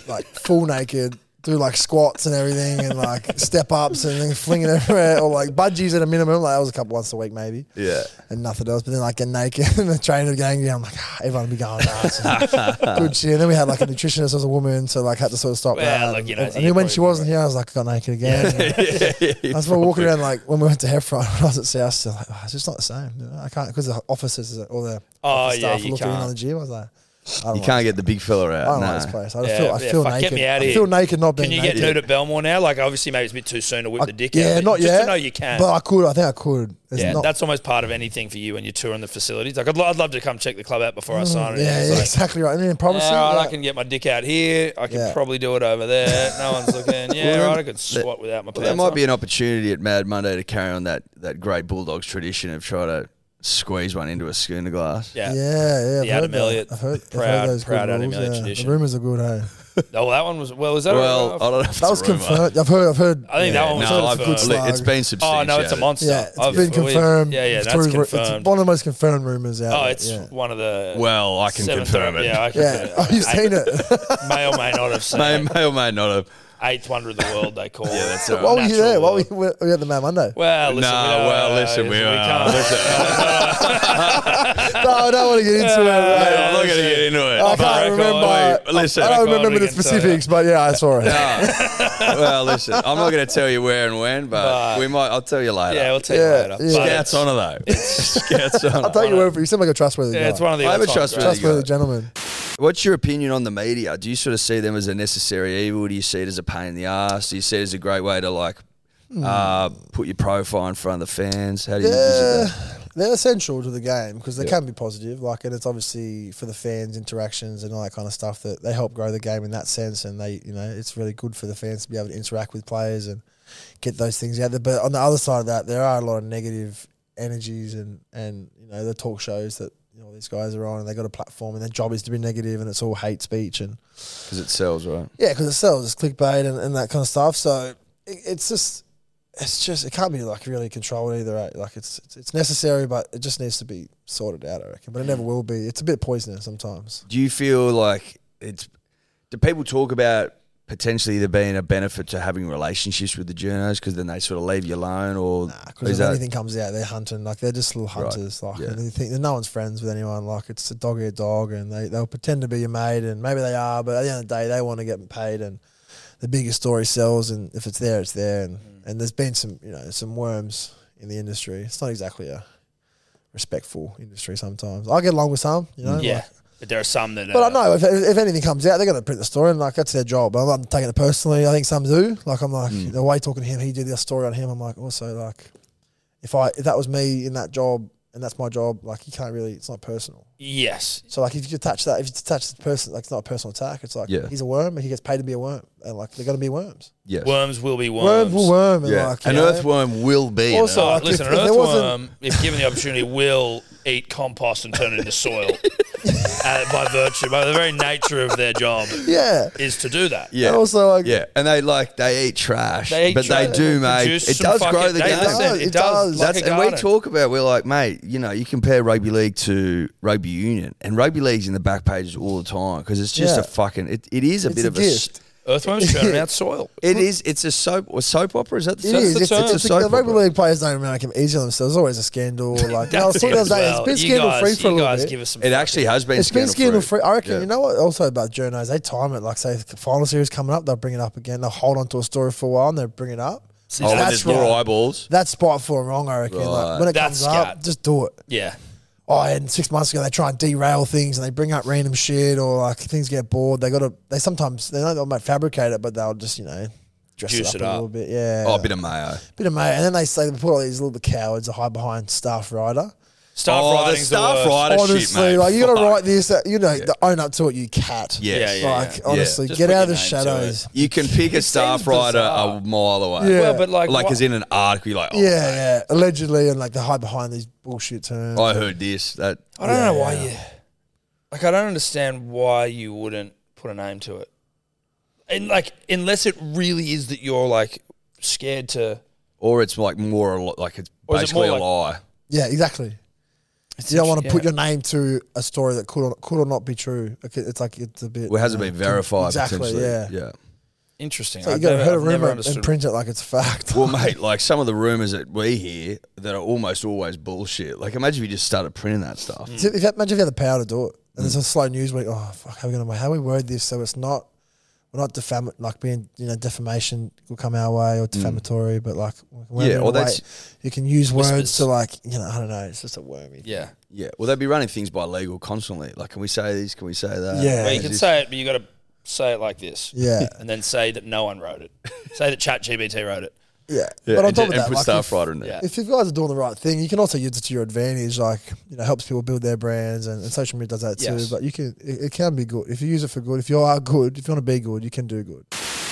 D: like full naked, do like squats and everything, and like step ups and then fling it everywhere, or like budgies at a minimum. Like that was a couple once a week, maybe.
C: Yeah.
D: And nothing else, but then like get naked and the trainer gang, yeah, I'm like, ah, everyone would be going nuts. and Good shit. And then we had like a nutritionist as a woman, so like had to sort of stop
B: Well,
D: that.
B: look, you know,
D: and,
B: you're
D: then when she
B: probably
D: wasn't here, I was like, I got naked again. I was walking around like when we went to Heffron when I was at South, still like, oh, it's just not the same. You know? I can't because the officers or the
B: Oh,
D: office
B: yeah,
D: staff
B: you
D: are looking in
B: can't.
D: on the gym. I was like, I don't
C: You
D: like
C: can't get the big fella
D: I don't
C: out.
D: like this
C: No.
D: place. I just
B: Yeah,
D: feel, I
B: yeah,
D: feel
B: fuck,
D: naked.
B: get me outta
D: I feel
B: here.
D: naked not being
B: Can you
D: naked.
B: get nude at Belmore now? Like, obviously, maybe it's a bit too soon to whip the dick out.
D: yeah,
B: but
D: not
B: just
D: yet.
B: to know you can.
D: But I could. I think I could. It's
B: yeah,
D: not,
B: that's almost part of anything for you when you're touring the facilities. Like, I'd, lo- I'd love to come check the club out before I sign. it.
D: Mm, yeah,
B: It's
D: yeah,
B: like,
D: exactly right. And then promising.
B: "Yeah, all right,
D: yeah.
B: I can get my dick out here. I can
D: Yeah.
B: probably do it over there. No one's looking. Yeah,
C: then-
B: right. I could squat without my pants.
C: Well, there might
B: on.
C: be an opportunity at Mad Monday to carry on that, that great Bulldogs tradition of trying to squeeze one into a schooner glass.
B: Yeah.
D: yeah, yeah. I've
B: The Adam
D: heard that.
B: Elliott.
D: I've heard, I've
B: Proud-
D: heard those
B: proud
D: good
B: Adam
D: rules,
B: Elliott
D: yeah.
B: tradition.
D: The rumors are good. Hey,
B: Oh, well, that one was. Well, is that? a-
C: Well, I don't know if it's
D: that was
C: a rumour.
D: confirmed. I've heard. I've heard.
B: I think that
C: Yeah,
B: one was
C: no,
B: sort
C: I've
B: of
C: good
B: a-
D: slug.
C: it's been
B: Oh
C: substantiated.
B: no, it's a monster.
D: Yeah, it's
B: I've-
D: been
B: we-
D: confirmed.
B: Yeah, yeah,
D: It's
B: that's
D: through- It's
B: confirmed.
D: one of the most confirmed rumors out.
B: oh,
D: there,
B: it's
D: yeah.
B: one of the.
C: Well, I can
B: seventh
C: confirm
B: round-
C: it.
B: Yeah, I can
D: yeah. Oh, you've seen it.
B: may or may not have seen.
C: May,
B: it.
C: may or may not have.
B: eighth wonder of the world, they call it.
C: that's all right.
D: Why were you
B: Natural
D: there? Why were
B: world.
D: you, we we were at the Mamundo.
B: Well,
F: No,
B: listen. we don't-
F: well, listen, we, uh,
B: can't-
D: No, I don't want to get into it.
F: Mate, I'm not going to get into it.
D: I
F: But-
D: can't remember.
F: Wait, listen,
D: I
F: I
D: don't
F: can't
D: remember the
B: again, sorry.
D: specifics, but yeah, I saw it.
C: well, listen, I'm not going to tell you where and when, but we might. I'll tell you later.
B: yeah, we'll tell you
D: Yeah,
B: later.
D: yeah.
B: But
F: Scouts honour, though. Scouts honour.
D: I'll take your word for it. You sound like a trustworthy
B: yeah,
D: guy.
B: it's one of the.
C: I have a
B: all-time
C: trust
B: greats.
C: with-
D: trustworthy gentleman.
C: What's your opinion on the media? Do you sort of see them as a necessary evil? Do you see it as a pain in the ass? Do you see it as a great way to like
D: Hmm.
C: uh, put your profile in front of the fans? How do you
D: Yeah,
C: visit
D: they're essential to the game because they can be positive. Like, and it's obviously for the fans, interactions, and all that kind of stuff that they help grow the game in that sense. And they, you know, it's really good for the fans to be able to interact with players and get those things out there. But on the other side of that, there are a lot of negative energies and and you know the talk shows that you know these guys are on and they got a platform and their job is to be negative and it's all hate speech and
C: Because it sells, right?
D: yeah, because it sells, it's clickbait and, and that kind of stuff. So it, it's just, it's just, it can't be like really controlled either. Right? Like it's, it's it's necessary, but it just needs to be sorted out. I reckon, but it never will be. It's a bit poisonous sometimes.
C: Do you feel like it's? Do people talk about potentially there being a benefit to having relationships with the journos because then they sort of leave you alone, or
D: Because if anything comes out, they're hunting. Like they're just little hunters. Like
C: yeah.
D: and they think that no one's friends with anyone. Like it's a dog eat dog, and they they'll pretend to be your mate, and maybe they are, but at the end of the day, they want to get paid, and the bigger story sells, and if it's there, it's there. And
C: Mm.
D: and there's been some you know some worms in the industry. It's not exactly a respectful industry sometimes. I get along with some, you know.
B: Mm, Yeah,
D: like-
B: but there are some that.
D: but I
B: are-
D: know if, if anything comes out, they're going to print the story, and like that's their job. I'm not taking it personally. I think some do. Like I'm like the way talking to him, he did this story on him. I'm like also like if I if that was me in that job and that's my job, like you can't really. It's not personal.
B: Yes,
D: So like if you attach that, if you attach the person, like it's not a personal attack. It's like
C: Yeah.
D: he's a worm, and he gets paid to be a worm, and like they're going to be worms.
C: yes.
B: worms will be
D: Worms
B: worms.
D: will worm, and
C: yeah.
D: like you
C: An
D: know,
C: earthworm will be. an
D: Also,
B: Oh,
D: like,
B: listen,
D: if-
B: an
D: if there wasn't-
B: earthworm, if given the opportunity, will eat compost and turn it into soil uh, by virtue, by the very nature of their job,
D: Yeah.
B: is to do that.
C: Yeah.
D: And also, like-
C: yeah, and they like they eat trash,
B: They eat
C: but
B: trash.
C: they do, mate.
B: Produce
C: It
B: some
C: does
B: fucking-
C: grow the
B: they-
C: game.
B: that's
D: No,
B: it,
D: it
B: it does.
D: does.
B: like a
C: That's and we
B: garden.
C: talk about we're like, mate, you know, you compare rugby league to rugby union, and rugby league's in the back pages all the time because it's just
D: Yeah.
C: a fucking. It, it is a
D: It's
C: bit
D: a
C: of
D: gift.
B: Earthworms turning out soil.
C: a. s- It is. It's a soap or soap opera. Is that the
D: It
C: term?
D: is. It's,
C: a
D: it's,
C: soap
D: the rugby
C: opera.
D: league players don't make them easy on themselves. There's always a scandal. Like I was
B: That's it
D: talking the
B: as
D: other day,
B: well.
D: it's been
B: You
D: scandal
B: guys-
D: free for a
B: you
D: little
B: guys
D: bit.
B: give us some
C: It actually has been.
D: It's been scandal free. I reckon.
C: Yeah.
D: You know what? Also about journos, they time it. Like say if the final series coming up, they'll bring it up again. They'll hold on to a story for a while and they'll bring it up.
B: See,
C: Oh, and
B: that's
C: there's more
B: wrong.
C: eyeballs.
D: That's spiteful and wrong. I reckon.
C: Right.
D: Like when it
B: That's
D: comes up,
B: scat.
D: just do it.
B: Yeah.
D: Oh, and six months ago they try and derail things and they bring up random shit or like things get bored. They got to. They sometimes they know they might fabricate it, but they'll just you know dress
B: Juice it
D: it up a
B: up.
D: little bit. Yeah.
C: Oh, a bit of mayo.
D: Bit of mayo, and then they say they put all these little cowards, a hide behind staff writer.
B: Staff
C: oh, the
B: writing's the
C: staff
B: worst.
C: writer
D: Honestly,
C: shit, mate.
D: like you got to
C: Fuck.
D: write this, uh, you know, own up to it, you cat.
C: Yes.
B: Yeah, yeah,
D: like
B: yeah.
D: honestly,
B: Just
D: get
B: put
D: out
B: your
D: of the
B: name to
D: shadows.
C: You can pick a staff writer
B: bizarre.
C: a mile away.
D: Yeah.
B: Well, but like,
C: Like,
B: wha-
C: as in an article, you're like, oh,
D: Yeah, yeah, allegedly, and like the hide behind these bullshit terms.
C: I heard this. That
B: I don't know why you. Like, I don't understand why you wouldn't put a name to it, and like, unless it really is that you're like scared to.
C: or it's like more a li- like it's
B: Or is it
C: basically
B: more
C: a lie.
D: yeah, exactly. You don't want to
B: yeah.
D: put your name to a story that could or, could or not be true. Like, it- It's like it's a bit.
C: Well, it hasn't
D: you know,
C: been verified.
D: Mm. Exactly.
C: potentially.
D: Yeah.
C: yeah.
B: Interesting.
D: So you
B: I've
D: got to
B: never-
D: heard a
B: I've never
D: rumor
B: understood
D: and print it like it's fact.
C: Well, mate, like some of the rumors that we hear that are almost always bullshit. Like, imagine if you just started printing that stuff.
D: So if, imagine if you had the power to do it, and
C: Mm.
D: it's a slow news week. Oh fuck, how are we going to how we word this so it's not we're not defam like being you know defamation will come our way or defamatory, but like we're
C: Mm. Yeah,
D: in a
C: or
D: way-
C: that's-
D: you can use words
B: Whispers.
D: to like you know I don't know. It's just a wormy.
B: Yeah.
C: Yeah. Well, they'd be running things by legal constantly. Like, can we say this? Can we say that?
D: Yeah.
B: Well,
D: But
B: you
C: Is
B: can
C: this-
B: say it, but you got to say it like this.
D: Yeah.
B: And then say that no one wrote it. say that ChatGPT wrote it.
D: yeah,
C: Yeah,
D: But on
C: and
D: top
C: ju-
D: of
C: and
D: that,
C: put
D: like
C: staff
D: if,
C: writer in there.
B: Yeah.
D: if you guys are doing the right thing, you can also use it to your advantage. Like you know, helps people build their brands, and, and social media does that too.
B: Yes.
D: But you can it, it can be good if you use it for good. If you are good, if you want to be good, you can do good.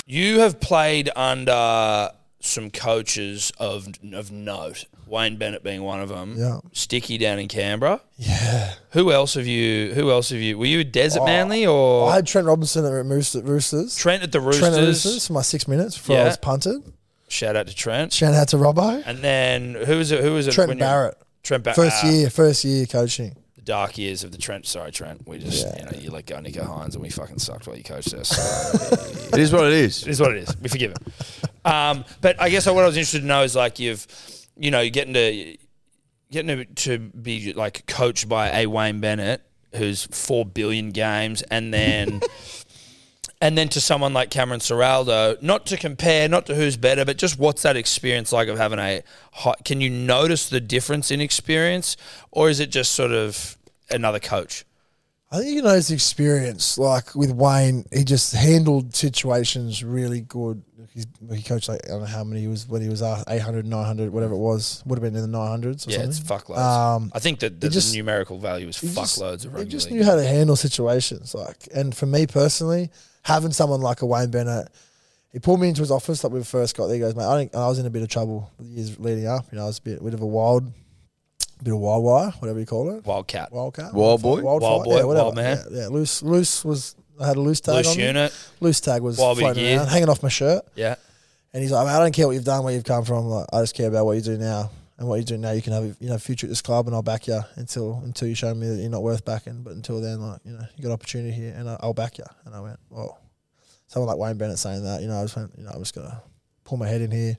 B: You have played under some coaches of of note, Wayne Bennett being one of them.
D: Yeah.
B: Sticky down in Canberra.
D: Yeah. Oh,
B: Who else have you? Who else have you? Were you a Desert Manly or
D: I had Trent Robinson at Rooster, Roosters.
B: Trent at the Roosters?
D: Trent Roosters for my six minutes before
B: Yeah.
D: I was punted.
B: Shout out to Trent.
D: Shout out to Robbo.
B: And then who was it? Who was it?
D: Trent
B: when you-
D: Barrett.
B: Trent uh, Barrett.
D: First year, first year coaching.
B: dark years of the Trent. Sorry, Trent. We just
D: Yeah.
B: you know you let go of Nico Hines and we fucking sucked while you coached us. So
C: It is what it is.
B: it is what it is. We forgive him. Um, but I guess what I was interested to know is like you've, you know, you're getting to getting to, to be like coached by a Wayne Bennett who's four billion games, and then and then to someone like Cameron Serraldo. Not to compare, not to who's better, but just what's that experience like of having a hot? Can you notice the difference in experience, or is it just sort of another coach?
D: I think you know his experience. Like with Wayne, he just handled situations really good. He's, he coached like I don't know how many he was when he was uh, 800, 900, whatever it was. Would have been in the 900s or
B: Yeah,
D: something.
B: it's fuckloads.
D: Um,
B: I think that the,
D: it just-
B: numerical value is
D: He just-
B: fuckloads of
D: He
B: rugby
D: just
B: league.
D: knew how to handle situations. Like, and for me personally, having someone like a Wayne Bennett, he pulled me into his office like when we first got there. He goes, mate, I, think I was in a bit of trouble the years leading up. You know, I was a bit, bit of a wild, bit of wild wire, whatever you call it.
B: Wildcat.
D: Wildcat,
C: Wild boy?
D: wild,
B: Wild
D: fight,
B: boy,
D: yeah, whatever.
B: wild man.
D: Yeah, yeah, loose, loose was. I had a loose tag
B: Loose
D: on me.
B: unit.
D: Loose tag was
B: Wild bit of
D: floating
B: gear.
D: around, hanging off my shirt.
B: Yeah.
D: And he's like, "Mate, I don't care what you've done, where you've come from. Like, I just care about what you do now. And what you do now, you can have you know future at this club, and I'll back you until until you show me that you're not worth backing. But until then, like you know, you got opportunity here, and I, I'll back you. And I went, well, someone like Wayne Bennett saying that, you know, I just went, you know, I'm just gonna pull my head in here.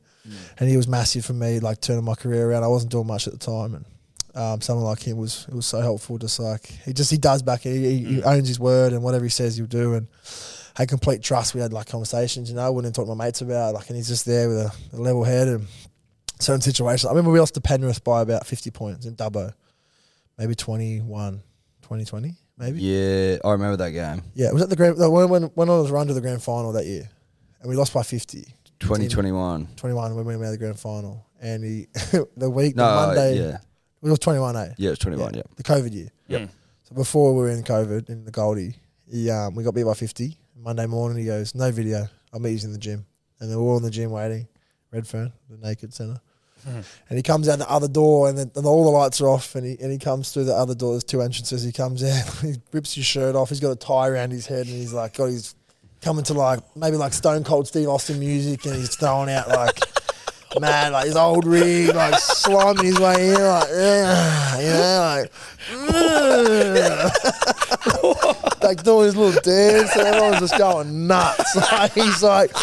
D: And he was massive for me, like turning my career around. I wasn't doing much at the time, and um, someone like him was it was so helpful. Just like he just he does back, it. he, he owns his word, and whatever he says, he'll do. And had complete trust. We had like conversations, you know, I wouldn't talk to my mates about. Like, and he's just there with a, a level head and certain situations. I remember we lost to Penrith by about 50 points in Dubbo, maybe 21, 2020, maybe.
C: Yeah, I remember that game.
D: Yeah, it was at the grand when when when I was run to the grand final that year, and we lost by 50,
C: 2021.
D: 21 when we made the grand final, and he the week
C: No,
D: the Monday
C: yeah.
D: it was 21 eh?
C: Yeah, it's 21, yeah.
D: the COVID year.
B: Yep. Mm.
D: So before we were in COVID in the Goldie, he, um, we got beat by 50. Monday morning, he goes, no video. I'll meet you in the gym. And they were all in the gym waiting. Redfern, the naked center. And he comes out the other door, and, then, and all the lights are off. And he and he comes through the other door. There's two entrances. He comes out, he rips his shirt off. He's got a tie around his head, and he's like got his coming to like maybe like Stone Cold Steve Austin music, and he's throwing out like mad like his old rig, like sliming his way in, like yeah, you know, like like doing his little dance, and everyone's just going nuts. Like he's like.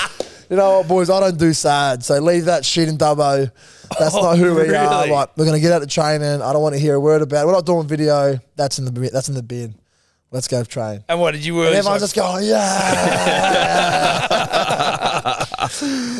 D: You know what, boys? I don't do sad, so leave that shit in Dubbo. That's not who we are.
B: really?
D: Like, we're gonna get out of training. I don't want to hear a word about. it. We're not doing video. That's in the bi- that's in the bin. Let's go train.
B: And what did you? Really
D: And everyone's just going, yeah.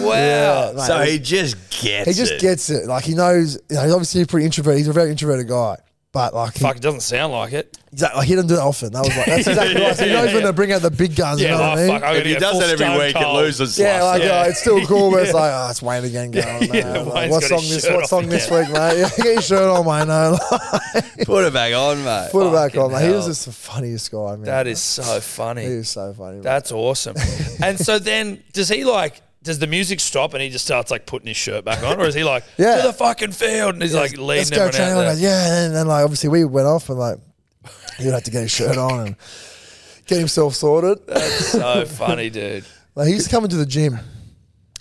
B: wow.
D: Mate,
C: So he just gets
D: he just
C: it.
D: gets it. Like he knows. You know, he's obviously pretty introverted. He's a very introverted guy. But like, he,
B: Fuck, it doesn't sound like it.
D: exactly, like he doesn't do it often. That was like that's exactly right. So he knows when to bring out the big guns. you know
B: oh,
D: what I mean?
B: fuck, I'm
F: If
B: gonna
F: he
B: get
F: does
B: full
F: that every
B: Stone
F: week, it
B: Cold.
F: loses.
D: Yeah,
F: last
D: like
F: night.
D: uh, it's still cool, but it's like, oh, it's Wayne again going.
B: Yeah,
D: man. Like,
B: Wayne's
D: what
B: got his
D: song this?
B: shirt
D: What
B: off
D: song this week, mate? Yeah, get your shirt on, mate. No, like,
C: Put it back on, mate.
D: put it back on. Mate. He was
B: hell.
D: just the funniest guy, man.
B: That is so
D: he
B: funny.
D: was so funny. That
B: That's awesome. and so then, does he like? Does the music stop and he just starts like putting his shirt back on, or is he like,
D: Yeah.
B: to the fucking field, and he's like
D: let's
B: leading
D: go
B: everyone
D: train.
B: out there?
D: Goes, yeah, and then like obviously we went off and like he would have to get his shirt on and get himself sorted.
B: So funny, dude.
D: Like he's coming to the gym,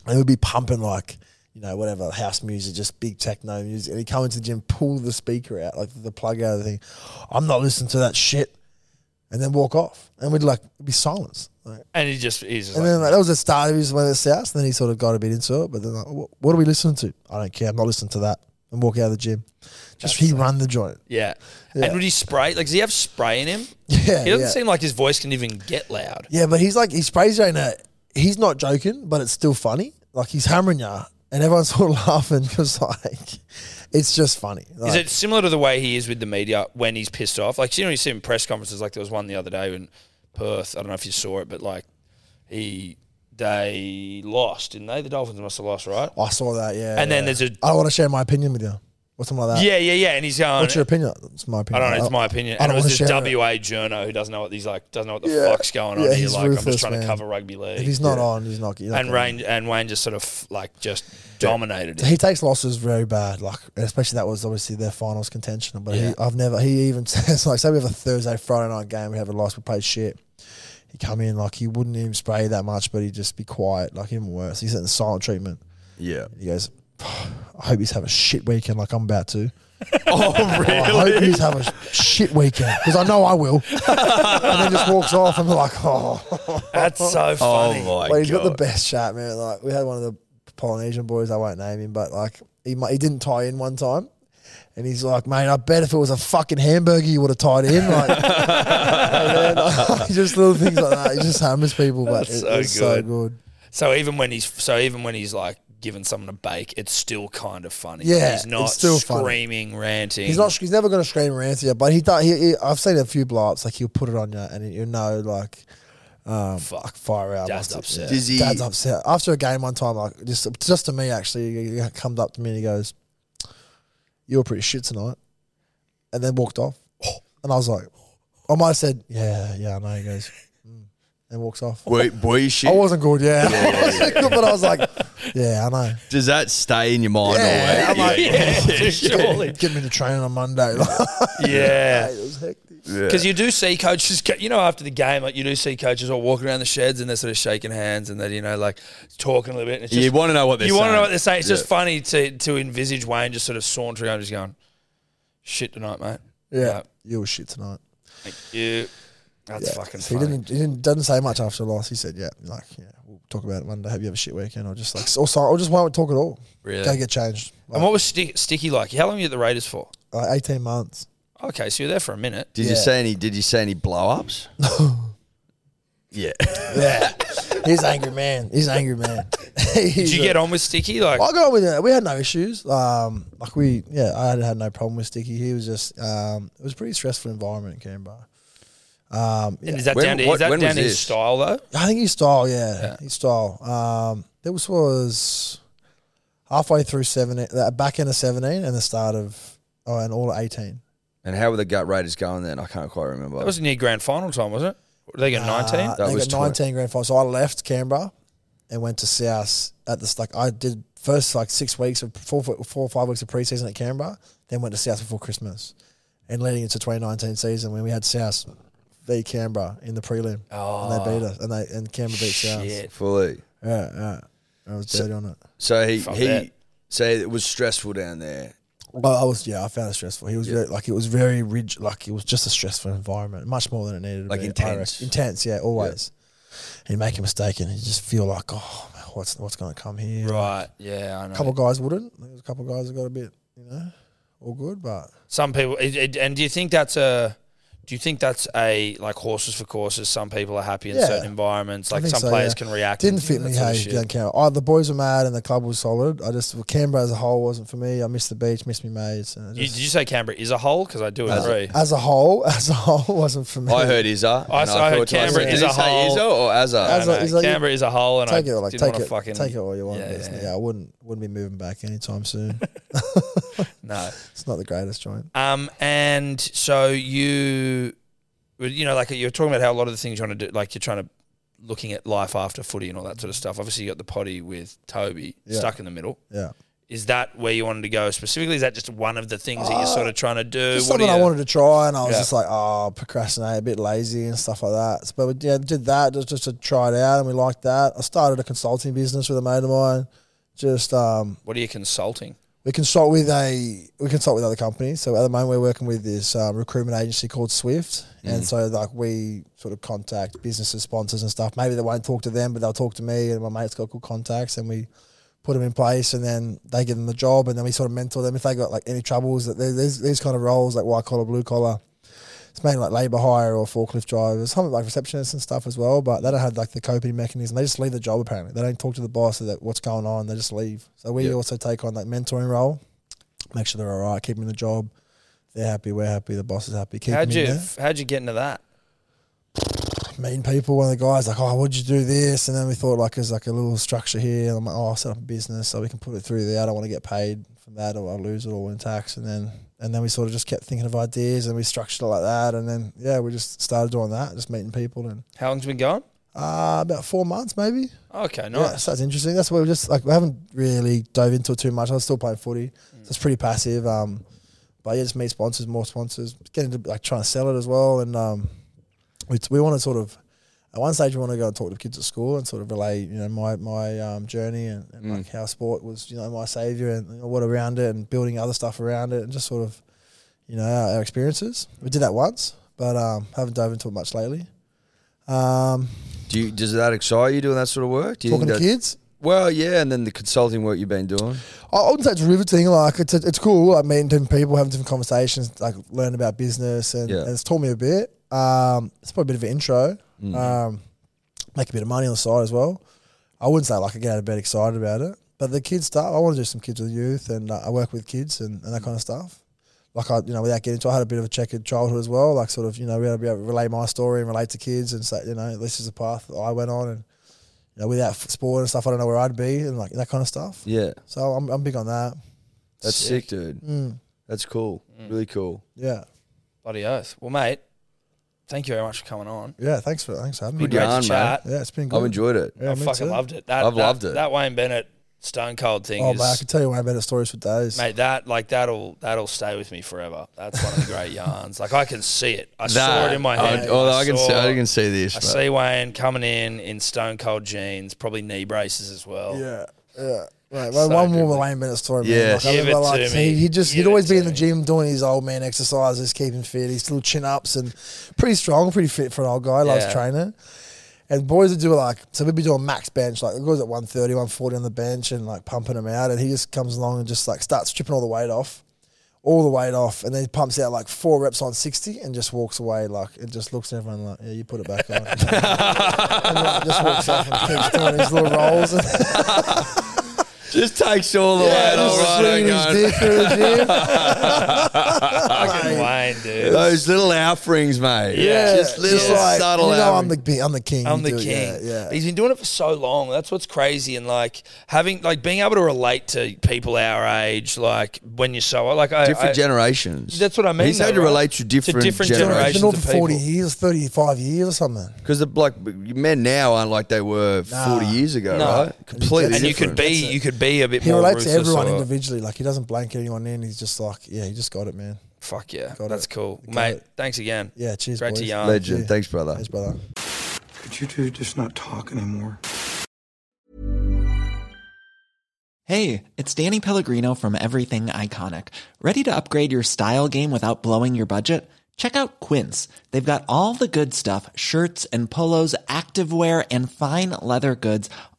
D: and he'd be pumping like you know whatever house music, just big techno music. And he'd come into the gym, pull the speaker out, like the plug out of the thing. I'm not listening to that shit, and then walk off. And we'd like be silence. Like,
B: And he just, he's just
D: and
B: like,
D: then like, that was the start of his way to the south. And then he sort of got a bit into it, but then like, what, what are we listening to? I don't care. I'm not listening to that. And walk out of the gym. Just he run the joint.
B: yeah.
D: Yeah.
B: And would he spray? Like, does he have spray in him?
D: Yeah,
B: He doesn't
D: yeah.
B: seem like his voice can even get loud.
D: Yeah, but he's like he sprays you in a. He's not joking, but it's still funny. Like he's hammering you, and everyone's all laughing because like it's just funny. Like,
B: Is it similar to the way he is with the media when he's pissed off? Like, you know, you see him in press conferences. Like there was one the other day in Perth. I don't know if you saw it, but like he they lost, didn't they? The Dolphins must have lost, right?
D: I saw that. Yeah.
B: and then
D: yeah.
B: there's a
D: I don't want to share my opinion with you or something like that.
B: yeah, yeah, yeah, and he's going.
D: Uh, What's your opinion? It's my
B: I
D: opinion.
B: don't know. It's my opinion.
D: I
B: And it was
D: don't wanna
B: this
D: share it.
B: WA journo who doesn't know what he's like, doesn't know what the
D: Yeah.
B: fuck's going on
D: Yeah,
B: here.
D: he's
B: Like I'm
D: ruthless,
B: just trying
D: man.
B: to cover rugby league.
D: If he's not on, he's not. you're not
B: and
D: gonna-
B: Wayne and Wayne just sort of like just dominated.
D: So
B: it.
D: he takes losses very bad, like especially that was obviously their finals contention. But
B: Yeah.
D: he, I've never he even says like say we have a Thursday Friday night game, we have a loss, we play shit. He come in like he wouldn't even spray that much, but he'd just be quiet, like even worse. He's in silent treatment.
C: Yeah.
D: He goes, I hope he's have a shit weekend like I'm about to.
F: Oh,
D: I hope
F: really?
D: he's have a shit weekend because I know I will. and then just walks off and like, oh,
B: That's so
F: Oh,
B: funny.
F: my
D: but he's got
F: God.
D: the best shot, man. Like we had one of the Polynesian boys. I won't name him, but like he might, he didn't tie in one time. And he's like, mate, I bet if it was a fucking hamburger, you would have tied in. Like, and then, like, just little things like that. He just hammers people, but
B: That's
D: it-
B: so
D: it's so
B: good.
D: good.
B: So even when he's so even when he's like giving someone a bake, it's still kind of funny.
D: Yeah,
B: he's not
D: it's still funny.
B: screaming, ranting.
D: He's not. He's never going to scream or answer you, but he, does- he, he. I've seen a few blow ups. Like he'll put it on you, and you know, like, um, fuck, fire out.
B: Dad's
D: must-
B: upset.
C: Does he-
D: Dad's upset. After a game one time, like just just to me actually, he he comes up to me and he goes, "You were pretty shit tonight," and then walked off. And I was like, I might have said, "Yeah, yeah, I know." He goes, "Mm," and walks off.
C: Boy, boy shit.
D: I wasn't good, yeah. I wasn't good, but I was like, yeah, I know.
C: Does that stay in your mind
D: Yeah,
C: always?
D: I'm like,
B: yeah, surely.
D: Get me to training on Monday. Like,
B: Yeah.
D: it was hectic.
B: Because you do see coaches, ca- you know, after the game, like you do see coaches all walking around the sheds and they're sort of shaking hands and they're, you know, like talking a little bit. And it's just,
C: you want to know what they're
B: you
C: saying.
B: want to know what they're saying. It's just
C: Yeah.
B: funny to to envisage Wayne just sort of sauntering on, just going, "Shit tonight, mate."
D: Yeah. You were shit tonight.
B: Thank you. That's fucking
D: So he
B: funny.
D: didn't, he didn't doesn't say much after the loss. He said, "Yeah, like yeah, we'll talk about it one day. Have you have a shit weekend or just like or sorry, or just won't talk at all?
B: Really?
D: Go get changed.
B: And
D: Like,
B: what was Sti- Sticky like? How long were you at the Raiders for?
D: like, Eighteen months.
B: Okay, so you're there for a minute.
C: Did
D: Yeah.
C: you see any? Did you see any blow ups? yeah.
D: Yeah, he's an angry man. He's an angry man.
B: Did you get on with Sticky? Like,
D: I got on with it. We had no issues. Um, like we, yeah, I had, had no problem with Sticky. He was just, um, it was a pretty stressful environment in Canberra. Um,
B: and is that
C: When-
B: down to
C: what-
B: is that
C: when
B: down
C: was
B: to his
C: this?
B: style though?
D: I think his style, yeah, his style. Um, there was was halfway through seventeen, the back end of seventeen, and the start of oh, and all of eighteen.
C: And how were the gut Raiders going then? I can't quite remember.
B: That was near grand final time, wasn't it? Did they get nineteen?
D: Uh,
C: That
D: they
C: was
D: got
C: 20.
D: nineteen grand final. So I left Canberra and went to South at this like I did first like six weeks of four four or five weeks of preseason at Canberra, then went to South before Christmas, and leading into twenty nineteen season when we had South v Canberra in the prelim, and they beat us, and they and Canberra beat South. Yeah,
B: Shit.
C: fully.
D: yeah, I was dirty on it.
C: So he he
B: that.
C: so it was stressful down there.
D: Well, I was yeah, I found it stressful. He was very, like it was very rigid, like it was just a stressful environment, much more than it needed to
C: Like
D: be. I
C: intense.
D: reckon. intense, yeah, always. He'd make a mistake and you just feel like, oh, man, what's what's going to come here?
B: Right. Yeah, I know.
D: A couple guys wouldn't. There was a couple guys that got a bit, you know, all good, but
B: Some people, it, it, and do you think that's a? Do you think that's a like horses for courses? Some people are happy in
D: Yeah.
B: certain environments. Like
D: think
B: some
D: so,
B: players
D: yeah.
B: can react.
D: didn't
B: and
D: fit
B: that
D: me.
B: sort of
D: Hey,
B: shit.
D: down Canberra. Oh, the boys were mad and the club was solid. I just Canberra as a whole wasn't for me. I missed the beach, missed me mates. And I
B: You,
D: just,
B: did you say Canberra is a hole? Because I do agree.
D: as a whole, as a whole, wasn't for me.
C: I heard Izza.
B: I
C: and
B: saw- I heard
C: thought to myself,
B: Canberra
C: did
B: is
C: he
B: a
C: say
B: whole-
C: Izza or Azza?
B: I
D: As a-
B: know.
D: is that you-
B: Canberra is a hole, and
D: take
B: I
D: it like
B: didn't
D: take
B: want
D: it,
B: to fucking
D: take it all you want.
B: Yeah,
D: isn't it?
B: yeah.
D: yeah, I wouldn't wouldn't be moving back anytime soon.
B: No.
D: It's not the greatest joint.
B: Um, and so you, well, you know, like you're talking about how a lot of the things you want to do, like you're trying to looking at life after footy and all that sort of stuff. Obviously, you got the potty with Toby
D: Yeah.
B: stuck in the middle.
D: Yeah.
B: Is that where you wanted to go specifically? Is that just one of the things that you're sort of trying to do?
D: Uh, Just
B: What do
D: something I
B: you-
D: wanted to try, and I was
B: Yeah.
D: just like, oh, procrastinate, a bit lazy and stuff like that. But we yeah, did that just, just to try it out, and we liked that. I started a consulting business with a mate of mine. Just um,
B: What are you consulting?
D: we consult with a we consult with other companies. So at the moment, we're working with this um, recruitment agency called Swift,
B: Mm.
D: and so like we sort of contact businesses, sponsors, and stuff. Maybe they won't talk to them, but they'll talk to me, and my mate's got good contacts, and we put them in place, and then they give them the job, and then we sort of mentor them if they got like any troubles. That there- there's these kind of roles like white collar, blue collar. It's mainly like labour hire or forklift drivers, some like receptionists and stuff as well. But they don't have like the coping mechanism. They just leave the job apparently. They don't talk to the boss about what's going on. They just leave. So we also take on that mentoring role make sure they're all right, keep them in the job. They're happy, we're happy, the boss is happy. Keep
B: How'd
D: them in
B: you how'd you get into that?
D: there. Meeting people, one of the guys like, oh, would you do this? And then we thought like, there's like a little structure here. And I'm like, oh, I'll set up a business so we can put it through there. I don't want to get paid from that or I'll lose it all in tax. And then and then we sort of just kept thinking of ideas and we structured it like that. And then yeah, we just started doing that, just meeting people and
B: How long's it been going?
D: uh, about four months maybe.
B: Okay,
D: Yeah,
B: nice.
D: so that's interesting. That's where we just like we haven't really dove into it too much. I was still playing footy,
C: Mm.
D: so it's pretty passive. Um, but yeah, just meet sponsors, more sponsors, getting to like trying to sell it as well, and um, we, we want to sort of at one stage we want to go and talk to kids at school and sort of relay, you know, my my um, journey and, and
C: Mm.
D: like how sport was, you know, my savior and you know, what around it and building other stuff around it and just sort of, you know, our, our experiences. We did that once, but um, haven't dove into it much lately. Um,
C: Do you, does that excite you doing that sort of work? Do you
D: talking to
C: think that,
D: kids,
C: Well, yeah, and then the consulting work you've been doing.
D: I I wouldn't say it's riveting. Like it's it's cool. Like meeting different people, having different conversations, like learning about business, and,
C: Yeah.
D: and it's taught me a bit. Um, it's probably a bit of an intro.
C: Hmm. Mm.
B: Uh,
D: Um, make a bit of money on the side as well. I wouldn't say like I get out of bed excited about it, but the kids stuff. I want to do some kids with youth, and uh, I work with kids and, and that kind of stuff. Like I, you know, without getting into, it, I had a bit of a checkered childhood as well. Like sort of, you know, we had to be able to relay my story and relate to kids and say, you know, this is the path that I went on, and you know, without f- sport and stuff, I don't know where I'd be, and like that kind of stuff.
C: Yeah,
D: So I'm, I'm big on that. Mm.
C: that's sick, dude. That's cool.
B: Mm.
C: Really cool.
D: Yeah.
B: Bloody oath. Well, mate, thank you very much for coming on.
D: Yeah. Thanks for thanks for having me.
C: Good
B: Great
C: yarn,
B: to
C: mate.
B: chat.
D: Yeah, it's been good.
C: I've enjoyed it.
D: Yeah,
B: I
D: me
B: fucking
D: too.
B: loved it. That,
C: I've
B: that-
C: loved it.
B: That Wayne Bennett stone cold thing
D: Oh,
B: is,
D: mate, I could tell you way better stories for days.
B: mate. That like that'll that'll stay with me forever. That's one of the great yarns. Like I can see it. I saw it in my head.
F: I, although I, can
B: saw-
F: see, I can see this.
B: I
F: mate.
B: see Wayne coming in in stone cold jeans, probably knee braces as well.
D: Yeah. Yeah. Right, well,
B: So
D: one more
B: good.
D: Wayne Bennett story,
F: Yeah.
D: man. Like, I
B: Give
D: remember,
B: it
D: like,
B: to me.
D: he, he just,
B: Give
D: he'd always
B: it
D: be
B: to
D: in the
B: me.
D: gym doing his old man exercises, keeping fit. His little chin ups and pretty strong, pretty fit for an old guy, loves
B: Yeah.
D: training. And boys would do like, so we'd be doing max bench, like the guys at 130, 140 on the bench and like pumping them out. And he just comes along and just like starts stripping all the weight off, all the weight off. And then he pumps out like four reps on 60 and just walks away. Like, it just looks at everyone like, yeah, you put it back on. and like, just walks off and keeps doing his little rolls. And
F: Just takes all the way.
D: just
F: All right,
D: swinging his
F: I'm going.
D: dick through the gym.
B: Fucking
D: Like,
B: Wayne, dude.
C: Those little offerings, mate.
B: Yeah.
C: just little
D: just like,
C: subtle.
D: you know, I'm
C: offerings.
D: the bi- I'm the king.
B: I'm the
D: you do it,
B: king.
D: Yeah, yeah.
B: He's been doing it for so long. That's what's crazy. And like having, like being able to relate to people our age, like when you're so like I,
C: different
B: I-
C: generations.
B: That's what I mean,
C: He's had
B: though,
C: to
B: right?
C: relate to different,
B: different
D: It's
B: generations
D: been
C: generations
D: on
B: of
D: for 40
B: people.
D: years, 35 years or something.
C: because the like men now aren't like they were 40 years ago,
B: No.
C: right? Completely.
B: and you
C: different.
B: could be, you could be a bit
D: He
B: more.
D: relates to
B: ruthless
D: everyone
B: or-
D: individually. Like, he doesn't blanket anyone in. He's just like, yeah, he just got it, man.
B: Fuck yeah,
D: Got
B: that's
D: it.
B: cool,
D: Got
B: mate.
D: it.
B: Thanks again.
D: Yeah, cheers,
B: Great to
D: boys.
B: yarn.
C: legend.
D: Yeah.
C: Thanks, brother.
D: Thanks, brother.
G: Could you two just not talk anymore?
H: Hey, it's Danny Pellegrino from Everything Iconic. Ready to upgrade your style game without blowing your budget? Check out Quince. They've got all the good stuff shirts and polos, activewear, and fine leather goods,